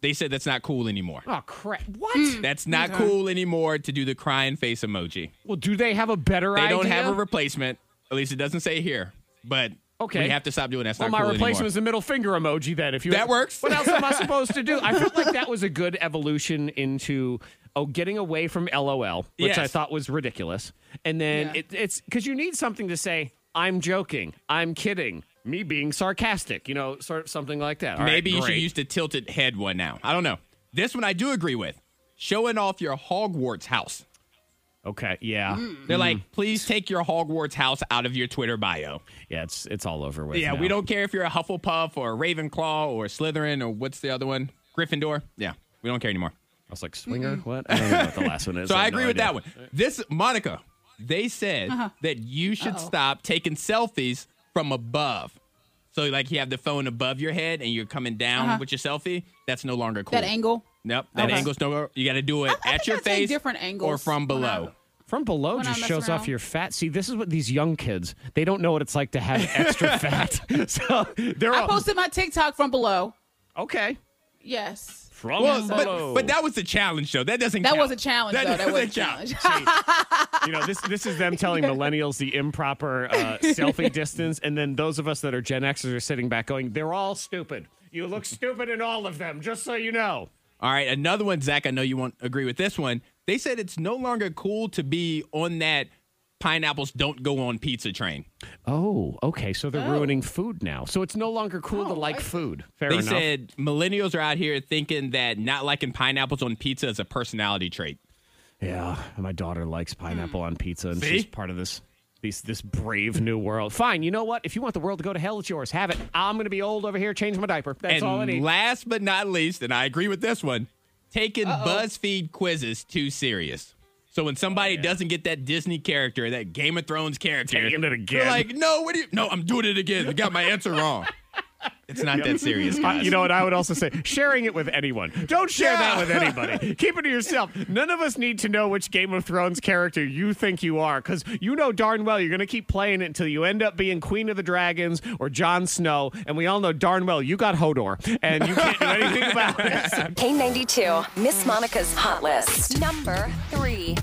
Speaker 3: they said that's not cool anymore.
Speaker 1: Oh crap! What?
Speaker 3: That's not
Speaker 1: Okay.
Speaker 3: cool anymore to do the crying face emoji.
Speaker 1: Well, do they have a better
Speaker 3: They
Speaker 1: idea?
Speaker 3: don't have a replacement. At least it doesn't say here. But
Speaker 1: Okay.
Speaker 3: we have to stop doing that. That's
Speaker 1: well,
Speaker 3: not
Speaker 1: my
Speaker 3: cool
Speaker 1: replacement
Speaker 3: anymore.
Speaker 1: is the middle finger emoji. Then, if you
Speaker 3: That works.
Speaker 1: What else am I supposed to do? I felt like that was a good evolution into oh, getting away from LOL, which I
Speaker 3: Yes.
Speaker 1: thought was ridiculous, and then
Speaker 10: Yeah.
Speaker 1: it, it's because you need something to say. I'm joking. I'm kidding. Me being sarcastic. You know, sort of something like that. All right,
Speaker 3: Maybe you should
Speaker 1: great.
Speaker 3: use the tilted head one now. I don't know. This one I do agree with. Showing off your Hogwarts house.
Speaker 1: Okay. Yeah.
Speaker 3: They're like, please take your Hogwarts house out of your Twitter bio.
Speaker 1: Yeah. It's it's all over with.
Speaker 3: Yeah,
Speaker 1: now.
Speaker 3: we don't care if you're a Hufflepuff or a Ravenclaw or a Slytherin or what's the other one? Gryffindor. Yeah, we don't care anymore.
Speaker 1: I was like swinger. What? I don't know what the last one is.
Speaker 3: So I
Speaker 1: have no
Speaker 3: agree with
Speaker 1: idea.
Speaker 3: that one. This Monica, they said
Speaker 4: Uh-huh.
Speaker 3: that you should
Speaker 4: Uh-oh.
Speaker 3: stop taking selfies from above. So like you have the phone above your head and you're coming down
Speaker 4: Uh-huh.
Speaker 3: with your selfie. That's no longer cool.
Speaker 4: That angle.
Speaker 3: Nope. That
Speaker 4: Okay.
Speaker 3: angle's no. You got to do it at your
Speaker 4: I've seen
Speaker 3: face
Speaker 4: different
Speaker 3: or
Speaker 4: angles
Speaker 3: from
Speaker 4: when I-
Speaker 3: below.
Speaker 1: From below
Speaker 4: When I
Speaker 1: just
Speaker 4: mess
Speaker 1: shows off
Speaker 4: around.
Speaker 1: your fat. See, this is what these young kids, they don't know what it's like to have extra fat. So they're
Speaker 4: I
Speaker 1: all-
Speaker 4: posted my TikTok from below.
Speaker 1: Okay.
Speaker 4: Yes.
Speaker 1: From
Speaker 3: Well,
Speaker 1: below.
Speaker 3: but, but that was the challenge though. That doesn't.
Speaker 4: That
Speaker 3: count.
Speaker 4: was a challenge, though. That
Speaker 3: was
Speaker 4: was
Speaker 3: a
Speaker 4: a
Speaker 3: challenge.
Speaker 1: you know, this this is them telling millennials the improper uh, selfie distance, and then those of us that are Gen Xers are sitting back going, "They're all stupid. You look stupid in all of them, just so you know."
Speaker 3: All right, another one, Zach. I know you won't agree with this one. They said it's no longer cool to be on that pineapples don't go on pizza train.
Speaker 1: Oh, okay. So they're ruining food now. So it's no longer cool
Speaker 4: Oh,
Speaker 1: to like food. Fair
Speaker 3: they
Speaker 1: enough.
Speaker 3: said millennials are out here thinking that not liking pineapples on pizza is a personality trait.
Speaker 1: Yeah, my daughter likes pineapple on pizza, and
Speaker 3: Hmm. See?
Speaker 1: she's part of this. These, this brave new world. Fine, you know what? If you want the world to go to hell, it's yours. Have it. I'm going to be old over here. Change my diaper. That's
Speaker 3: and
Speaker 1: all I need.
Speaker 3: last but not least, and I agree with this one, taking BuzzFeed quizzes too serious. So
Speaker 1: Oh,
Speaker 3: when somebody doesn't get that Disney character, that Game of Thrones character,
Speaker 1: Taking it again.
Speaker 3: they're like, "No, what do you? No, I'm doing it again. I got my answer wrong. It's not that serious,
Speaker 1: Uh,
Speaker 3: guys.
Speaker 1: you know what? I would also say sharing it with anyone. Don't share that
Speaker 3: Yeah.
Speaker 1: with anybody. Keep it to yourself. None of us need to know which Game of Thrones character you think you are because you know darn well you're going to keep playing it until you end up being Queen of the Dragons or Jon Snow. And we all know darn well you got Hodor and you can't do anything about it.
Speaker 5: K92, Miss Monica's Hot List. Number three.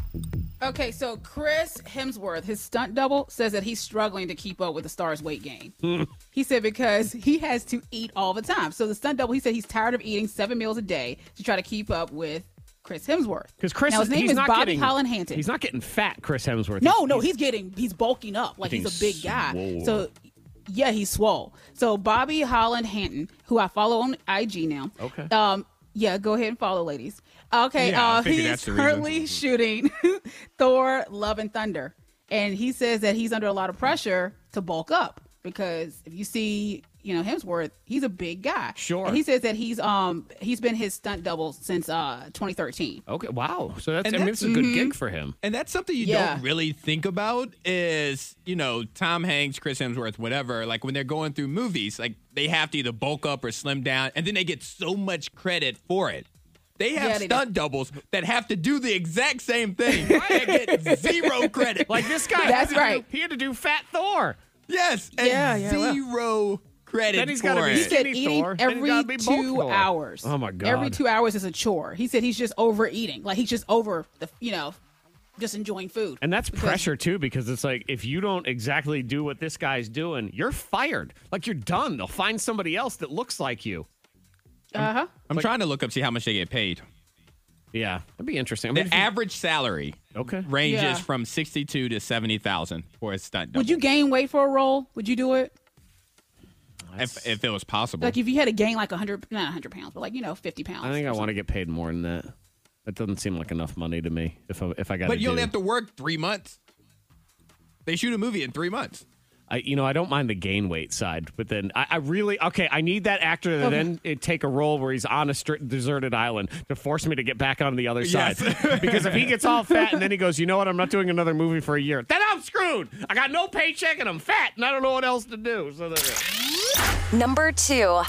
Speaker 4: Okay, so Chris Hemsworth, his stunt double, says that he's struggling to keep up with the star's weight gain. he said because he has to eat all the time. So the stunt double, he said he's tired of eating seven meals a day to try to keep up with Chris Hemsworth.
Speaker 1: Because Chris,
Speaker 4: now, his
Speaker 1: is,
Speaker 4: name
Speaker 1: he's
Speaker 4: is
Speaker 1: not
Speaker 4: Bobby
Speaker 1: getting,
Speaker 4: Colin Hanton.
Speaker 1: He's not getting fat, Chris Hemsworth.
Speaker 4: No, no, he's getting he's bulking up. Like he's a
Speaker 1: Getting
Speaker 4: big guy.
Speaker 1: swole.
Speaker 4: So yeah, he's swole. So Bobby Holland Hanton, who I follow on IG now.
Speaker 1: Okay.
Speaker 4: Um yeah, go ahead and follow, ladies. Okay,
Speaker 3: Yeah, I
Speaker 4: uh,
Speaker 3: figured
Speaker 4: he
Speaker 3: that's
Speaker 4: is
Speaker 3: the reason.
Speaker 4: currently shooting Thor: Love and Thunder, and he says that he's under a lot of pressure to bulk up because if you see, you know, Hemsworth, he's a big guy.
Speaker 1: Sure.
Speaker 4: And he says that he's um he's been his stunt double since uh 2013.
Speaker 1: Okay, wow. So that's,
Speaker 3: And
Speaker 1: I mean,
Speaker 3: that's- mm-hmm.
Speaker 1: it's a good gig for him.
Speaker 3: And that's something you
Speaker 4: Yeah.
Speaker 3: don't really think about is, you know, Tom Hanks, Chris Hemsworth, whatever, like when they're going through movies, like they have to either bulk up or slim down, and then they get so much credit for it. They have
Speaker 4: Yeah, they do.
Speaker 3: stunt doubles that have to do the exact same thing. They get zero credit.
Speaker 1: Like this guy. had
Speaker 4: That's
Speaker 1: to do-
Speaker 4: right.
Speaker 1: he had to do Fat Thor.
Speaker 3: yes, and
Speaker 4: Yeah, yeah, well.
Speaker 3: zero credit
Speaker 1: Then he's
Speaker 3: for
Speaker 1: gotta be
Speaker 3: it.
Speaker 4: He said
Speaker 1: Skinny
Speaker 4: eating
Speaker 1: Thor, then he
Speaker 4: every
Speaker 1: gotta be bulk
Speaker 4: two
Speaker 1: Thor.
Speaker 4: hours.
Speaker 1: Oh, my God.
Speaker 4: Every two hours is a chore. He said he's just overeating. Like he's just over the you know, just enjoying food.
Speaker 1: And that's pressure too, because it's like if you don't exactly do what this guy's doing, you're fired. Like you're done. They'll find somebody else that looks like you.
Speaker 4: Uh huh.
Speaker 3: I'm trying to look up see how much they get paid.
Speaker 1: Yeah, that'd be interesting. I mean,
Speaker 3: The average salary
Speaker 1: okay
Speaker 3: ranges
Speaker 4: Yeah.
Speaker 3: from sixty-two to seventy thousand for a stunt double.
Speaker 4: Would you gain weight for a role? Would you do it?
Speaker 3: if, if it was possible,
Speaker 4: Like if you had to gain like hundred, not hundred pounds, but like you know, fifty pounds.
Speaker 1: I think I want to get paid more than that. That doesn't seem like enough money to me. If I, if I got,
Speaker 3: but you
Speaker 1: do.
Speaker 3: only have to work three months. They shoot a movie in three months.
Speaker 1: I, you know, I don't mind the gain weight side, but then I, I really okay. I need that actor to
Speaker 4: Okay.
Speaker 1: then then take a role where he's on a str- deserted island to force me to get back on the other
Speaker 3: Yes.
Speaker 1: side. because if he gets all fat and then he goes, you know what, I'm not doing another movie for a year. Then I'm screwed. I got no paycheck and I'm fat and I don't know what else to do. So there.
Speaker 5: Number two.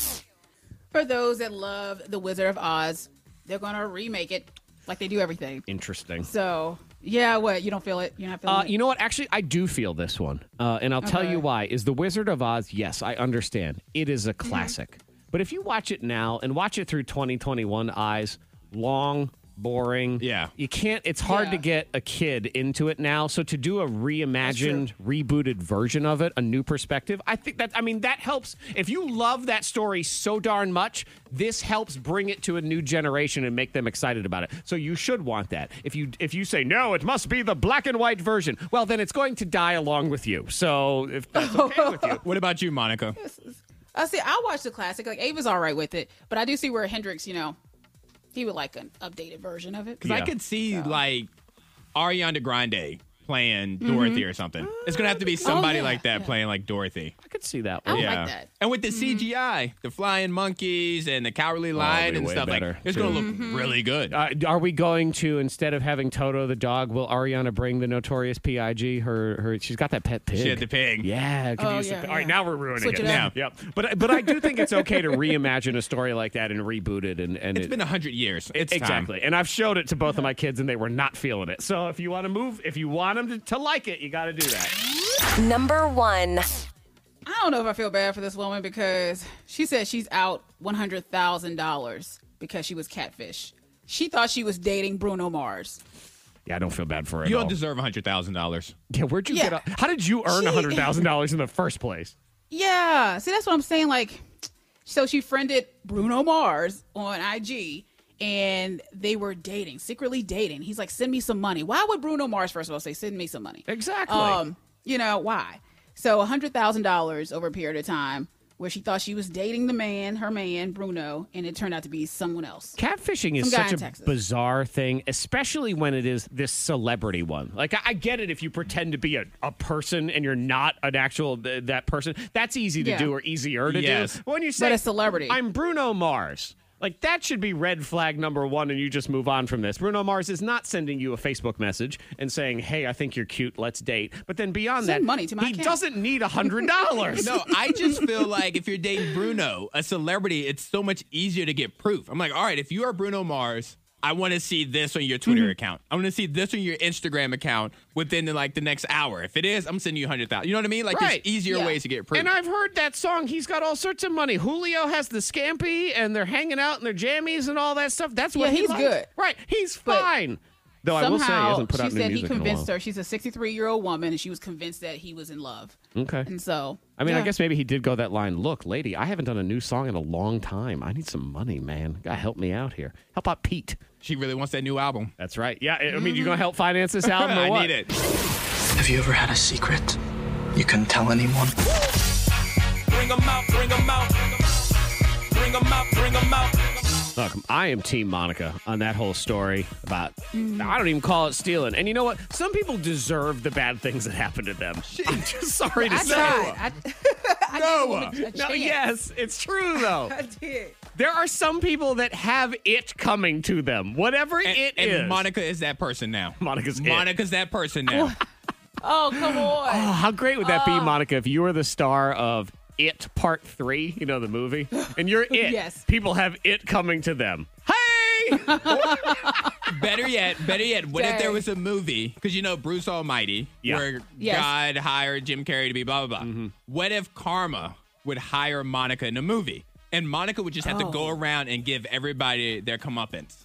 Speaker 4: For those that love The Wizard of Oz, they're gonna remake it like they do everything.
Speaker 1: Interesting.
Speaker 4: So yeah, what you don't feel it? You're not feeling
Speaker 1: Uh,
Speaker 4: it.
Speaker 1: you know what? Actually, I do feel this one, uh, and I'll tell you why. Is the Wizard of Oz? Yes, I understand. It is
Speaker 4: Mm-hmm.
Speaker 1: a classic, but if you watch it now and watch it through 2021 eyes, long, boring.
Speaker 3: Yeah.
Speaker 1: you can't. It's hard to
Speaker 4: Yeah.
Speaker 1: get a kid into it now. So to do a reimagined, rebooted version of it, a new perspective, I think that. I mean, that helps. If you love that story so darn much, this helps bring it to a new generation and make them excited about it. So you should want that. If you if you say no, it must be the black and white version. Well, then it's going to die along with you. So if that's okay with you,
Speaker 3: What about you, Monica?
Speaker 4: I Uh, see. I watch the classic. Like Ava's all right with it, but I do see where Hendrix, you know, he would like an updated version of it.
Speaker 3: Because I
Speaker 1: Yeah.
Speaker 3: could see like Ariana Grande playing Dorothy or something. It's gonna have to be somebody
Speaker 4: yeah,
Speaker 3: like that playing like Dorothy.
Speaker 1: I could see that.
Speaker 4: I
Speaker 1: One.
Speaker 4: would
Speaker 3: yeah.
Speaker 4: like that.
Speaker 3: And with the CGI, the flying monkeys and the cowardly lion
Speaker 1: be
Speaker 3: and
Speaker 1: way
Speaker 3: stuff
Speaker 1: better,
Speaker 3: like it's gonna look really good.
Speaker 1: Uh, are we going to instead of having Toto the dog, will Ariana bring the notorious Pig? Her, her, she's got that pet pig.
Speaker 3: She had the pig.
Speaker 1: Yeah, could
Speaker 4: Oh,
Speaker 1: use the-
Speaker 4: yeah,
Speaker 1: All right,
Speaker 4: yeah.
Speaker 1: now we're ruining
Speaker 4: Switch
Speaker 1: it.
Speaker 4: it up.
Speaker 1: Yeah, yep. But but I do think it's okay to reimagine a story like that and reboot it and and
Speaker 3: It's
Speaker 1: it-
Speaker 3: been a hundred years. It's
Speaker 1: exactly. And I've showed it to both of my kids and they were not feeling it. So if you want to move, if you want them to, to like it, you got to do that.
Speaker 5: Number one.
Speaker 4: I don't know if I feel bad for this woman because she said she's out one hundred thousand dollars because she was catfish. She thought she was dating Bruno Mars.
Speaker 1: Yeah, I don't feel bad for it.
Speaker 3: Time. You don't
Speaker 1: all.
Speaker 3: deserve hundred thousand dollars.
Speaker 1: yeah, where'd you
Speaker 4: Yeah.
Speaker 1: get? A, how did you earn
Speaker 4: She-
Speaker 1: a hundred thousand dollars in the first place?
Speaker 4: Yeah. See, that's what I'm saying. Like, so she friended Bruno Mars on IG and they were dating, secretly dating. He's like, send me some money. Why would Bruno Mars, first of all, say, send me some money?
Speaker 1: Exactly.
Speaker 4: Um, you know, why? So $100,000 over a period of time where she thought she was dating the man, her man, Bruno, and it turned out to be someone else.
Speaker 1: Catfishing is
Speaker 4: Some guy
Speaker 1: such
Speaker 4: in
Speaker 1: a
Speaker 4: Texas.
Speaker 1: bizarre thing, especially when it is this celebrity one. Like, I, I get it if you pretend to be a, a person and you're not an actual th- that person. That's easy to
Speaker 4: Yeah.
Speaker 1: do or easier to
Speaker 3: Yes.
Speaker 1: do. When you say
Speaker 4: a celebrity.
Speaker 1: I'm Bruno Mars. Like that should be red flag number one, and you just move on from this. Bruno Mars is not sending you a Facebook message and saying, "Hey, I think you're cute. Let's date." But then beyond
Speaker 4: Send
Speaker 1: that,
Speaker 4: money to my
Speaker 1: he
Speaker 4: account.
Speaker 1: doesn't need a hundred dollars.
Speaker 3: No, I just feel like if you're dating Bruno, a celebrity, it's so much easier to get proof. I'm like, all right, if you are Bruno Mars, I want to see this on your
Speaker 1: Mm-hmm.
Speaker 3: Twitter account. I want to see this on your Instagram account within like the next hour. If it is, I'm sending you hundred thousand. You know what I mean? Like
Speaker 1: Right.
Speaker 3: there's easier
Speaker 4: Yeah.
Speaker 3: ways to get proof.
Speaker 1: And I've heard that song. He's got all sorts of money. Julio has the scampi, and they're hanging out in their jammies and all that stuff. That's what
Speaker 4: Yeah,
Speaker 1: he
Speaker 4: he's
Speaker 1: likes.
Speaker 4: good.
Speaker 1: Right? He's
Speaker 4: But
Speaker 1: fine. Though I will say, he
Speaker 4: Somehow,
Speaker 1: hasn't put
Speaker 4: she
Speaker 1: out new
Speaker 4: said he
Speaker 1: music
Speaker 4: convinced
Speaker 1: in a while.
Speaker 4: her. She's a 63 year old woman, and she was convinced that he was in love.
Speaker 1: Okay.
Speaker 4: And so,
Speaker 1: Hmm. I mean, I
Speaker 4: yeah.
Speaker 1: guess maybe he did go that line. Look, lady, I haven't done a new song in a long time. I need some money, man. Gotta help me out here. Help out Pete. Mm-hmm.
Speaker 3: she really wants that new album.
Speaker 1: That's right. Yeah, I I mean, you gonna help finance this album? or
Speaker 3: I
Speaker 1: what?
Speaker 3: need it.
Speaker 11: Have you ever had a secret you couldn't tell anyone?
Speaker 1: Look, I am Team Monica on that whole story about I don't even call it stealing. And you know what? Some people deserve the bad things that happen to them. I'm just sorry to
Speaker 4: I
Speaker 1: say.
Speaker 4: tried. I, I
Speaker 1: No.
Speaker 4: gave him a- a
Speaker 1: No,
Speaker 4: chance.
Speaker 1: yes, it's true though.
Speaker 4: I did.
Speaker 1: there are some people that have it coming to them, whatever
Speaker 3: And,
Speaker 1: it
Speaker 3: and
Speaker 1: is.
Speaker 3: Monica is that person now.
Speaker 1: Monica's it.
Speaker 3: Monica's that person now.
Speaker 4: Oh, come on.
Speaker 1: Oh, how great would that be, Monica, if you were the star of It Part Three? You know the movie, and you're it.
Speaker 4: Yes.
Speaker 1: People have it coming to them.
Speaker 3: hey! better yet, better yet, what if there
Speaker 4: Dang.
Speaker 3: was a movie? Because you know Bruce Almighty,
Speaker 1: Yeah. Mm-hmm.
Speaker 3: where
Speaker 4: Yes.
Speaker 3: God hired Jim Carrey to be blah blah blah. What if karma would hire Monica in a movie. And Monica would just have
Speaker 12: Oh.
Speaker 3: to go around and give everybody their comeuppance.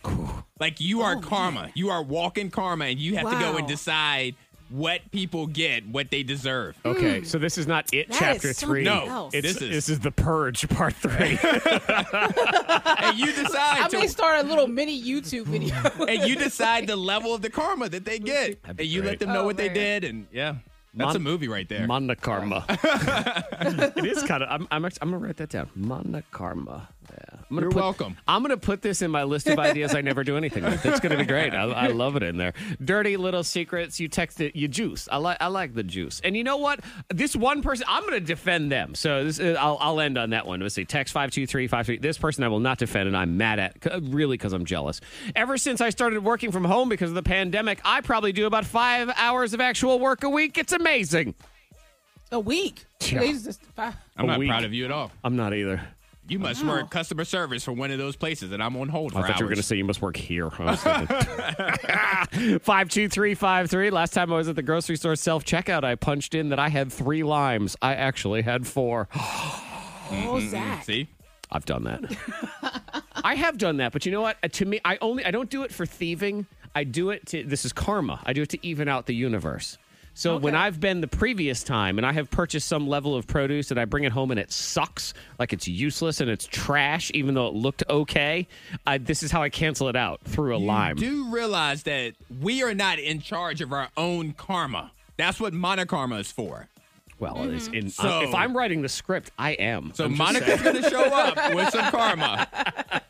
Speaker 3: Like you are karma. You are walking karma, and you have to go
Speaker 1: Wow.
Speaker 3: and decide what people get, what they deserve.
Speaker 1: Okay, so this is not it.
Speaker 3: That
Speaker 1: chapter
Speaker 3: is
Speaker 1: three.
Speaker 3: something else.
Speaker 1: it's,
Speaker 3: This is-
Speaker 1: this is the purge part three.
Speaker 3: and you decide.
Speaker 4: I
Speaker 3: to-
Speaker 4: may start a little mini YouTube video.
Speaker 3: and you decide the level of the karma that they get, and you let them know what they did, and yeah, that's a movie right there.
Speaker 1: Mana karma. it is kind of. I'm. I'm, act- I'm gonna write that down. Mana karma. Yeah. I'm gonna
Speaker 3: You're
Speaker 1: put-
Speaker 3: welcome.
Speaker 1: I'm gonna put this in my list of ideas I never do anything with. It's gonna be great. I, I love it in there. Dirty little secrets. You text it. You juice. I like. I like the juice. And you know what? This one person. I'm gonna defend them. So this. Is, I'll. I'll end on that one. Let's see. Text five two three five three. This person I will not defend, and I'm mad at. c- Really, because I'm jealous. Ever since I started working from home because of the pandemic, I probably do about five hours of actual work a week. It's amazing.
Speaker 4: a week.
Speaker 1: Yeah.
Speaker 4: They just- I-
Speaker 3: I'm
Speaker 1: A
Speaker 3: not
Speaker 1: week.
Speaker 3: proud of you at all.
Speaker 1: I'm not either.
Speaker 3: You must work customer service for one of those places, and I'm on hold for
Speaker 1: I thought you were going to
Speaker 3: hours.
Speaker 1: say you must work here. I was thinking- five two three five three. Last time I was at the grocery store self checkout, I punched in that I had three limes. I actually had four.
Speaker 4: Oh, Zach.
Speaker 3: See,
Speaker 1: I've done that. I have done that, but you know what? Uh, To me, I only I don't do it for thieving. I do it to this is karma. I do it to even out the universe. So when I've been the previous time and I have purchased some level of produce and I bring it home and it sucks, like it's useless and it's trash, even though it looked okay, I, this is how I cancel it out through a lime.
Speaker 3: do realize that we are not in charge of our own karma. That's what monokarma is for.
Speaker 1: Well, it's in, uh,
Speaker 3: So-
Speaker 1: if I'm writing the script, I am.
Speaker 3: So Monica's going to show up with some karma.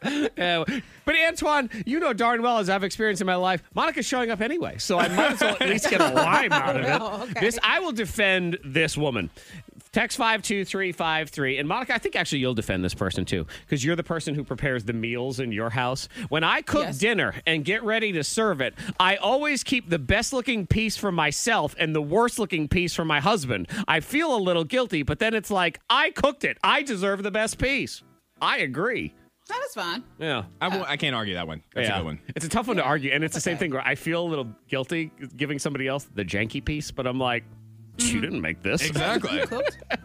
Speaker 1: Uh, but Antoine, you know darn well as I've experienced in my life, Monica's showing up anyway, so I might as well at least get a lime out of it.
Speaker 12: Oh, okay.
Speaker 1: This I will defend this woman. Text five two three five three, and Monica, I think actually you'll defend this person too, because you're the person who prepares the meals in your house. When I cook dinner and get ready to serve it, I always keep the best looking piece for myself and the worst looking piece for my husband. I feel a little guilty, but then it's like I cooked it. I deserve the best piece. I agree.
Speaker 4: That is fine.
Speaker 1: Yeah,
Speaker 3: I, won't, I can't argue that one. That's a
Speaker 1: Yeah.
Speaker 3: good one.
Speaker 1: It's a tough one to argue, and it's the same thing where I feel a little guilty giving somebody else the janky piece, but I'm like, you didn't make this.
Speaker 3: Exactly.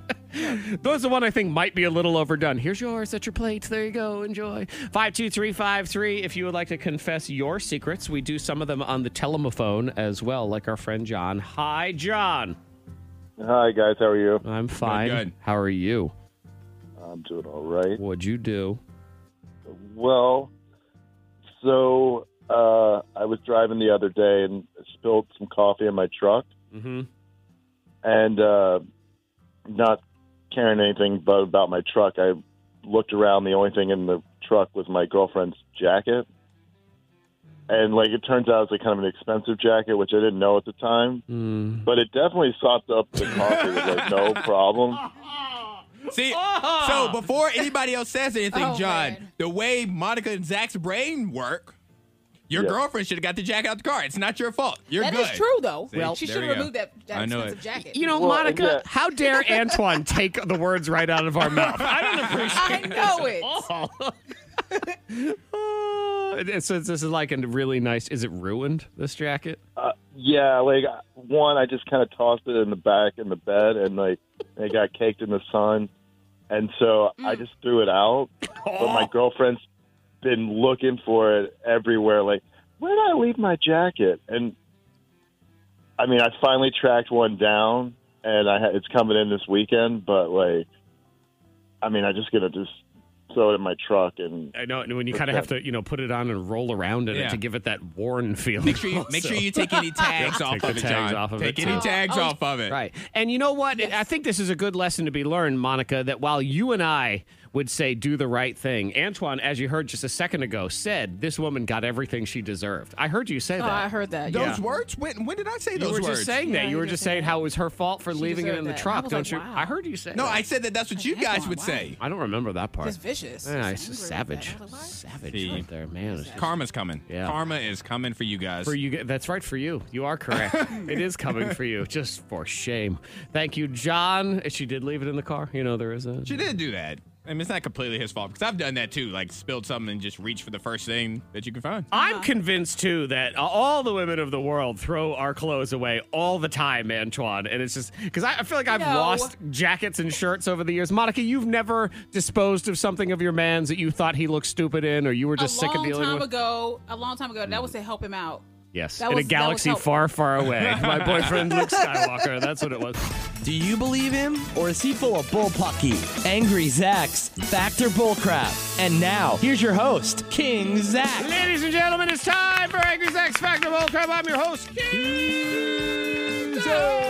Speaker 1: Those are the one I think might be a little overdone. Here's yours at your plate. There you go. Enjoy. 52353. If you would like to confess your secrets, we do some of them on the telephone as well, like our friend John. Hi, John.
Speaker 13: Hi guys, how are you?
Speaker 1: I'm fine.
Speaker 13: good.
Speaker 1: How are you?
Speaker 13: I'm doing all right.
Speaker 1: What'd you do?
Speaker 13: Well, so uh, I was driving the other day and spilled some coffee in my truck,
Speaker 1: Mm-hmm.
Speaker 13: and uh, not caring anything but about my truck, I looked around. The only thing in the truck was my girlfriend's jacket, and like it turns out it's like kind of an expensive jacket, which I didn't know at the time, but it definitely sopped up the coffee with like no problem.
Speaker 3: See,
Speaker 4: Ah.
Speaker 3: so before anybody else says anything,
Speaker 4: Oh,
Speaker 3: John, the way Monica and Zach's brain work, your
Speaker 13: Yeah.
Speaker 3: girlfriend should have got the jacket out the car. It's not your fault. You're
Speaker 4: That
Speaker 3: good.
Speaker 4: is true, though.
Speaker 3: See,
Speaker 4: Well, she
Speaker 3: there
Speaker 4: should
Speaker 3: we
Speaker 4: have
Speaker 3: go.
Speaker 4: removed that, that
Speaker 3: I know
Speaker 4: expensive
Speaker 3: it.
Speaker 4: jacket.
Speaker 1: You know, Monica, how dare Antoine take the words right out of our mouth? I don't appreciate
Speaker 4: I know it.
Speaker 1: Uh, So this is like a really nice. Is it ruined? This jacket?
Speaker 13: Uh, yeah, like one, I just kind of tossed it in the back in the bed, and like it got caked in the sun, and so
Speaker 1: Mm.
Speaker 13: I just threw it out. But my girlfriend's been looking for it everywhere. Like, where did I leave my jacket? And I mean, I finally tracked one down, and I ha- it's coming in this weekend. But like, I mean, I'm just gonna just throw it in my truck and
Speaker 1: I know. And when you kind of have to, you know, put it on and roll around in
Speaker 13: Yeah.
Speaker 1: it to give it that worn feeling.
Speaker 3: Make sure you make
Speaker 1: also.
Speaker 3: sure you take any tags
Speaker 1: Yeah,
Speaker 3: off
Speaker 1: take
Speaker 3: of
Speaker 1: the
Speaker 3: it,
Speaker 1: tags
Speaker 3: John.
Speaker 1: off of
Speaker 3: take
Speaker 1: it,
Speaker 3: any
Speaker 1: too.
Speaker 3: tags
Speaker 1: Oh,
Speaker 3: off of it.
Speaker 1: Right. And you know what? I think this is a good lesson to be learned, Monica, that while you and I would say do the right thing, Antoine, as you heard just a second ago, said this woman got everything she deserved. I heard you say
Speaker 4: Oh,
Speaker 1: that.
Speaker 4: I heard that.
Speaker 3: Those
Speaker 1: Yeah.
Speaker 3: words. When when did I say
Speaker 1: You
Speaker 3: those
Speaker 1: were
Speaker 3: words?
Speaker 1: just saying that. You were just saying how it was her fault for
Speaker 3: She
Speaker 1: leaving it
Speaker 3: deserved
Speaker 1: in the
Speaker 3: that.
Speaker 1: truck,
Speaker 3: I was
Speaker 1: don't
Speaker 3: like,
Speaker 1: you?
Speaker 3: wow.
Speaker 1: I heard you say
Speaker 3: No,
Speaker 1: that.
Speaker 3: I said that. That's what you guys would say.
Speaker 1: I don't remember that part.
Speaker 3: It's vicious.
Speaker 1: Yeah,
Speaker 3: It's
Speaker 1: it's just savage. Savage
Speaker 3: See?
Speaker 1: right there, man. It's just-
Speaker 3: Karma's coming.
Speaker 1: Yeah.
Speaker 3: Karma is coming for you guys.
Speaker 1: For you, g- that's right. For you, you are correct. it is coming for you. Just for shame. Thank you, John. She did leave it in the car. You know there is a.
Speaker 3: She did do that. I mean, it's not completely his fault because I've done that too. Like spilled something and just reach for the first thing that you can find.
Speaker 1: I'm convinced too that all the women of the world throw our clothes away all the time, Antoine. And it's just because I, I feel like I've
Speaker 4: No.
Speaker 1: lost jackets and shirts over the years. Monica, you've never disposed of something of your man's that you thought he looked stupid in, or you were just
Speaker 4: a
Speaker 1: sick of
Speaker 4: long
Speaker 1: dealing
Speaker 4: time
Speaker 1: with.
Speaker 4: ago, a long time ago, that was to help him out.
Speaker 1: Yes,
Speaker 4: That
Speaker 1: in
Speaker 4: was-
Speaker 1: a
Speaker 4: that
Speaker 1: galaxy
Speaker 4: was help-
Speaker 1: far, far away. My boyfriend Luke Skywalker. That's what it was.
Speaker 12: Do you believe him, or is he full of bullpucky? Angry Zach's Factor Bullcrap. And now, here's your host, King Zach.
Speaker 1: Ladies and gentlemen, it's time for Angry Zach's Factor Bowl Crab. I'm your host, King Zach.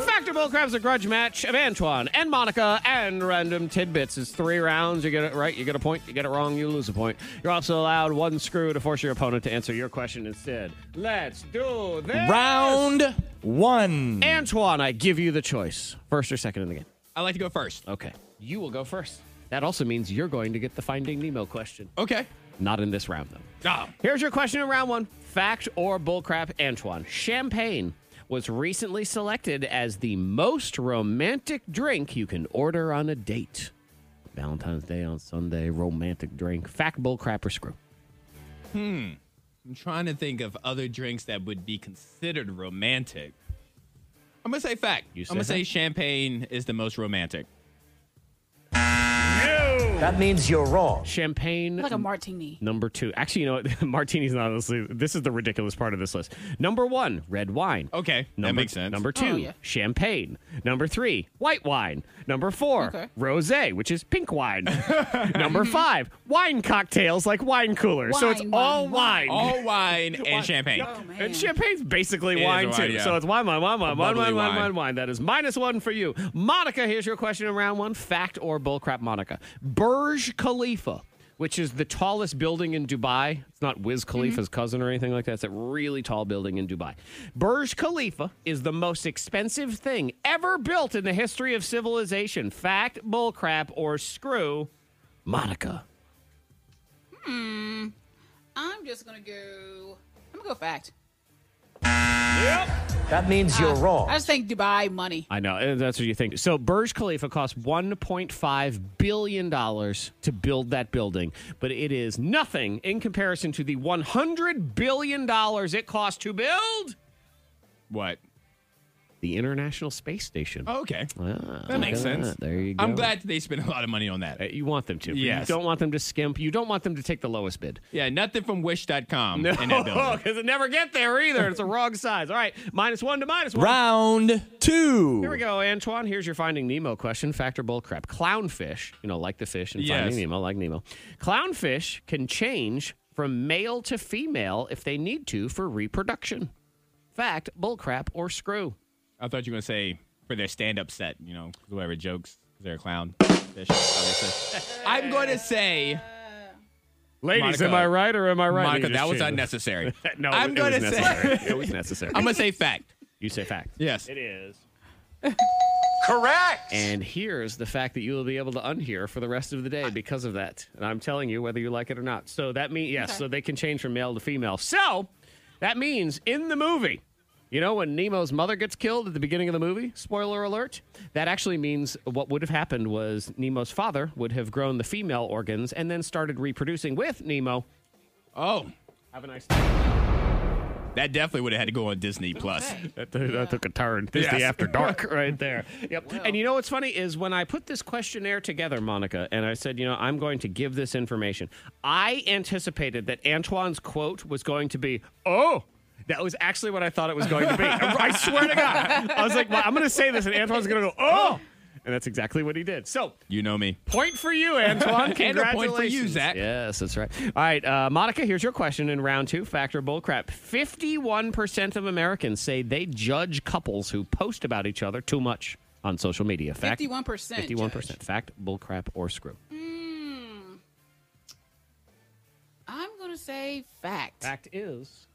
Speaker 1: Factor Bowl Crab's a grudge match of Antoine and Monica and random tidbits. It's three rounds. You get it right, you get a point. You get it wrong, you lose a point. You're also allowed one screw to force your opponent to answer your question instead. Let's do this.
Speaker 12: Round one.
Speaker 1: Antoine, I give you the choice. First or second in the game?
Speaker 3: I like to go first.
Speaker 1: Okay. You will go first. That also means you're going to get the Finding Nemo question.
Speaker 3: Okay.
Speaker 1: Not in this round, though.
Speaker 3: Ah.
Speaker 1: Here's your question in round one Fact or bullcrap, Antoine? Champagne was recently selected as the most romantic drink you can order on a date. Valentine's Day on Sunday, romantic drink. Fact, bullcrap, or screw?
Speaker 3: Hmm. I'm trying to think of other drinks that would be considered romantic. I'm gonna say fact.
Speaker 12: say
Speaker 3: I'm gonna say
Speaker 12: fact?
Speaker 3: champagne is the most romantic.
Speaker 12: That means you're wrong.
Speaker 1: Champagne.
Speaker 4: Like a martini.
Speaker 1: Number two. Actually, you know what? Martini's not on this list. This is the ridiculous part of this list. Number one, red wine.
Speaker 3: Okay.
Speaker 1: Number,
Speaker 3: that makes sense.
Speaker 1: Number two,
Speaker 3: Oh, yeah.
Speaker 1: champagne. Number three, white wine. Number four,
Speaker 3: Okay.
Speaker 1: rose, which is pink wine. number five, wine cocktails like wine coolers. so it's
Speaker 3: Wine,
Speaker 1: all wine.
Speaker 3: wine, wine. All wine and champagne.
Speaker 1: Yep. and champagne's basically
Speaker 3: Oh, It is
Speaker 1: wine,
Speaker 3: wine,
Speaker 1: too.
Speaker 3: yeah.
Speaker 1: So it's wine, wine, wine, wine, wine,
Speaker 3: Bubbly
Speaker 1: wine, wine,
Speaker 3: wine.
Speaker 1: wine, wine. That is minus one for you. Monica, here's your question in round one. Fact or bullcrap, Monica? Burj Khalifa, which is the tallest building in Dubai. It's not Wiz
Speaker 3: Mm-hmm.
Speaker 1: Khalifa's cousin or anything like that. It's a really tall building in Dubai. Burj Khalifa is the most expensive thing ever built in the history of civilization. Fact, bullcrap, or screw, Monica.
Speaker 4: Hmm. I'm just gonna go. I'm gonna go fact.
Speaker 12: That means you're wrong.
Speaker 4: I just think Dubai money.
Speaker 1: I know. and That's what you think. So Burj Khalifa cost $1.5 billion to build that building, but it is nothing in comparison to the $100 billion it cost to build
Speaker 3: What?
Speaker 1: the International Space Station.
Speaker 3: Oh, okay.
Speaker 1: Ah,
Speaker 3: That makes
Speaker 1: look at
Speaker 3: sense.
Speaker 1: that. There you go.
Speaker 3: I'm glad they spent a lot of money on that.
Speaker 1: You want them to. but
Speaker 3: Yes.
Speaker 1: You don't want them to skimp. You don't want them to take the lowest bid.
Speaker 3: Yeah, nothing from wish.com
Speaker 1: No,
Speaker 3: in that building.
Speaker 1: because it never get there either. It's the wrong size. All right, minus one to minus one.
Speaker 12: Round two.
Speaker 1: Here we go, Antoine. Here's your Finding Nemo question. Factor bull crap. Clownfish, you know, like the fish and
Speaker 12: Yes.
Speaker 1: Finding Nemo, like Nemo. Clownfish can change from male to female if they need to for reproduction. Fact, bull crap, or screw.
Speaker 3: I thought you were going to say for their stand up set, you know, whoever jokes, they're a clown. Fish, obviously. I'm going to say.
Speaker 1: Ladies, am I right or am I right?
Speaker 3: Monica,
Speaker 1: You just
Speaker 3: that was
Speaker 1: changed it.
Speaker 3: unnecessary.
Speaker 1: no,
Speaker 3: I'm
Speaker 1: it
Speaker 3: going to
Speaker 1: was
Speaker 3: say.
Speaker 1: necessary. it was necessary.
Speaker 3: I'm going to say fact.
Speaker 1: You say fact.
Speaker 3: Yes.
Speaker 1: It is.
Speaker 3: Correct.
Speaker 1: And here's the fact that you will be able to unhear for the rest of the day because of that. And I'm telling you whether you like it or not. So that means, yes, so they can change from male to female. So that means in the movie, you know, when Nemo's mother gets killed at the beginning of the movie, spoiler alert, that actually means what would have happened was Nemo's father would have grown the female organs and then started reproducing with Nemo.
Speaker 3: Oh.
Speaker 1: Have a nice day.
Speaker 3: That definitely would have had to go on Disney Plus.
Speaker 1: That, took a turn. Disney After Dark right there. Yep. And you know what's funny is when I put this questionnaire together, Monica, and I said, you know, I'm going to give this information, I anticipated that Antoine's quote was going to be, oh, that was actually what I thought it was going to be. I swear to God. I was like, well, I'm going to say this, and Antoine's going to go, oh. And that's exactly what he did. So,
Speaker 3: You know me.
Speaker 1: point for you, Antoine. Congratulations.
Speaker 3: And a point for you, Zach.
Speaker 1: Yes, that's right. All right, uh, Monica, here's your question in round two Factor Bullcrap. 51% of Americans say they judge couples who post about each other too much on social media. Fact,
Speaker 4: 51%,
Speaker 1: 51%. Fact, bullcrap, or screw.
Speaker 4: Mm. I'm gonna say fact.
Speaker 1: Fact is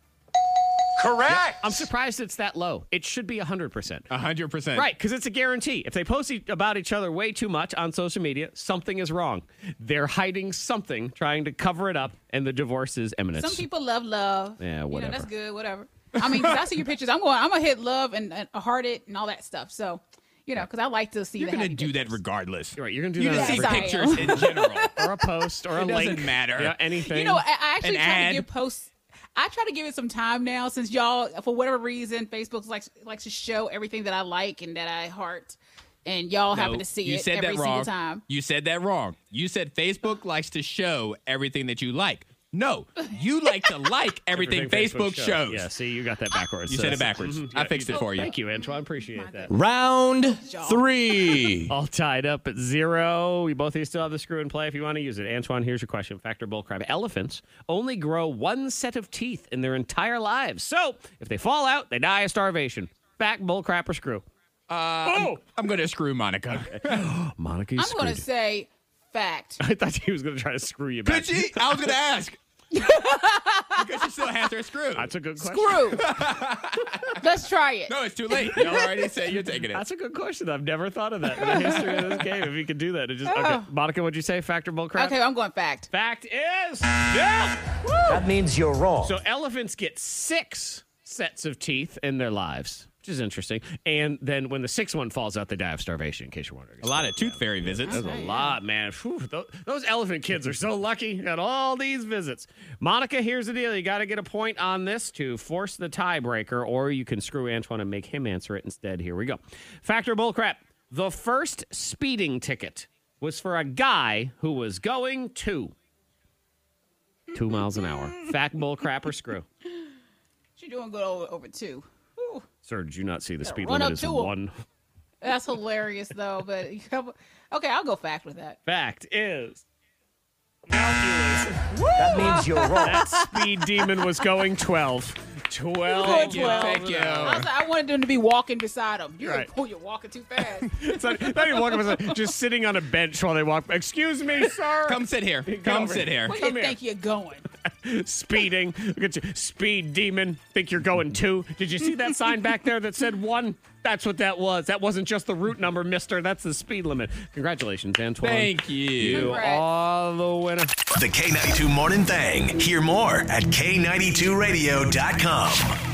Speaker 3: Correct.
Speaker 1: Yep. I'm surprised it's that low. It should be 100%.
Speaker 3: 100%.
Speaker 1: Right, because it's a guarantee. If they post e- about each other way too much on social media, something is wrong. They're hiding something, trying to cover it up, and the divorce is imminent.
Speaker 4: Some people love love.
Speaker 1: Yeah, whatever.
Speaker 4: You know, that's good. Whatever. I mean, 'cause I see your pictures. I'm going. I'm gonna hit love and, and heart it and all that stuff. So, you know, because I like to see
Speaker 3: You're
Speaker 4: the
Speaker 3: gonna
Speaker 4: happy
Speaker 3: do that regardless.
Speaker 1: Right, you're gonna
Speaker 4: do
Speaker 3: you
Speaker 4: that
Speaker 3: just see
Speaker 4: regardless.
Speaker 3: pictures in general,
Speaker 1: or a post, or
Speaker 3: it
Speaker 1: a
Speaker 3: doesn't
Speaker 1: link.
Speaker 3: matter.
Speaker 1: Yeah, anything.
Speaker 4: You know, I, I actually
Speaker 3: An
Speaker 4: try
Speaker 3: ad.
Speaker 4: to give posts. I try to give it some time now, since y'all, for whatever reason, Facebook likes likes to show everything that I like and that I heart, and y'all happen
Speaker 3: No,
Speaker 4: to see
Speaker 3: you
Speaker 4: it
Speaker 3: said
Speaker 4: every
Speaker 3: that wrong.
Speaker 4: single time.
Speaker 3: You said that wrong. You said Facebook likes to show everything that you like. No, you like to like everything, Facebook, shows.
Speaker 1: Yeah, see, you got that backwards.
Speaker 3: You
Speaker 1: so
Speaker 3: said it
Speaker 1: that's-
Speaker 3: backwards.
Speaker 1: Mhm.
Speaker 3: I
Speaker 1: Yeah,
Speaker 3: fixed it
Speaker 1: did.
Speaker 3: for you.
Speaker 1: Thank you, Antoine. Appreciate that.
Speaker 12: Round three.
Speaker 1: All tied up at zero. We both of you still have the screw and play if you want to use it. Antoine, here's your question. Factor bull crap. Elephants only grow one set of teeth in their entire lives. So if they fall out, they die of starvation. Fact, bull crap, or screw.
Speaker 3: Uh, I'm- I'm, gonna screw Monica.
Speaker 1: Monica, you
Speaker 4: I'm going
Speaker 1: screwed.
Speaker 4: to say fact.
Speaker 1: I thought he was going to try to screw you back.
Speaker 3: Could she? I was gonna ask. because she still has her screw.
Speaker 1: That's a good question.
Speaker 4: Screw. Let's try it.
Speaker 3: No, it's too late. You already said you're taking it.
Speaker 1: That's a good question. I've never thought of that in the history of this game. If you could do that, it just okay.
Speaker 4: Oh.
Speaker 1: Monica, what'd you say? Factor bull crap.
Speaker 4: Okay, I'm going fact.
Speaker 1: Fact is. Yeah.
Speaker 12: That means you're wrong.
Speaker 1: So elephants get six sets of teeth in their lives, which is interesting. And then when the sixth one falls out, they die of starvation. In case you're wondering,
Speaker 3: A lot of tooth fairy visits.
Speaker 1: there's a lot, man. Phew, tho- those elephant kids are so lucky. Got all these visits. Monica, here's the deal: you got to get a point on this to force the tiebreaker, or you can screw Antoine and make him answer it instead. Here we go. Factor bull crap. The first speeding ticket was for a guy who was going to two miles an hour. Fact, bull crap, or screw.
Speaker 4: She's doing good over, over two. Ooh,
Speaker 1: Sir, did you not see the speed
Speaker 4: run
Speaker 1: limit
Speaker 4: up
Speaker 1: is
Speaker 4: to 'em.
Speaker 1: one?
Speaker 4: that's hilarious though. But okay, I'll go fact with that.
Speaker 1: Fact is. That
Speaker 4: means you're wrong.
Speaker 1: That speed demon was going 12. 12.
Speaker 4: Thank you, thank
Speaker 1: you.
Speaker 4: I, was like, I wanted them to be walking beside him. You're
Speaker 1: Right.
Speaker 4: oh, you're walking too fast.
Speaker 1: It's not, not even walking, it's just sitting on a bench while they walk. Excuse me, sir.
Speaker 3: Come sit here. Come
Speaker 1: over
Speaker 3: sit here.
Speaker 4: Where you think you're going?
Speaker 1: Speeding. Look at you. Speed demon. Think you're going two. Did you see that sign back there that said one? That's what that was. That wasn't just the route number, mister. That's the speed limit. Congratulations, Antoine.
Speaker 3: Thank you.
Speaker 1: You
Speaker 3: Congrats.
Speaker 1: are the winner.
Speaker 2: The K92 Morning Thang. Hear more at K92Radio.com.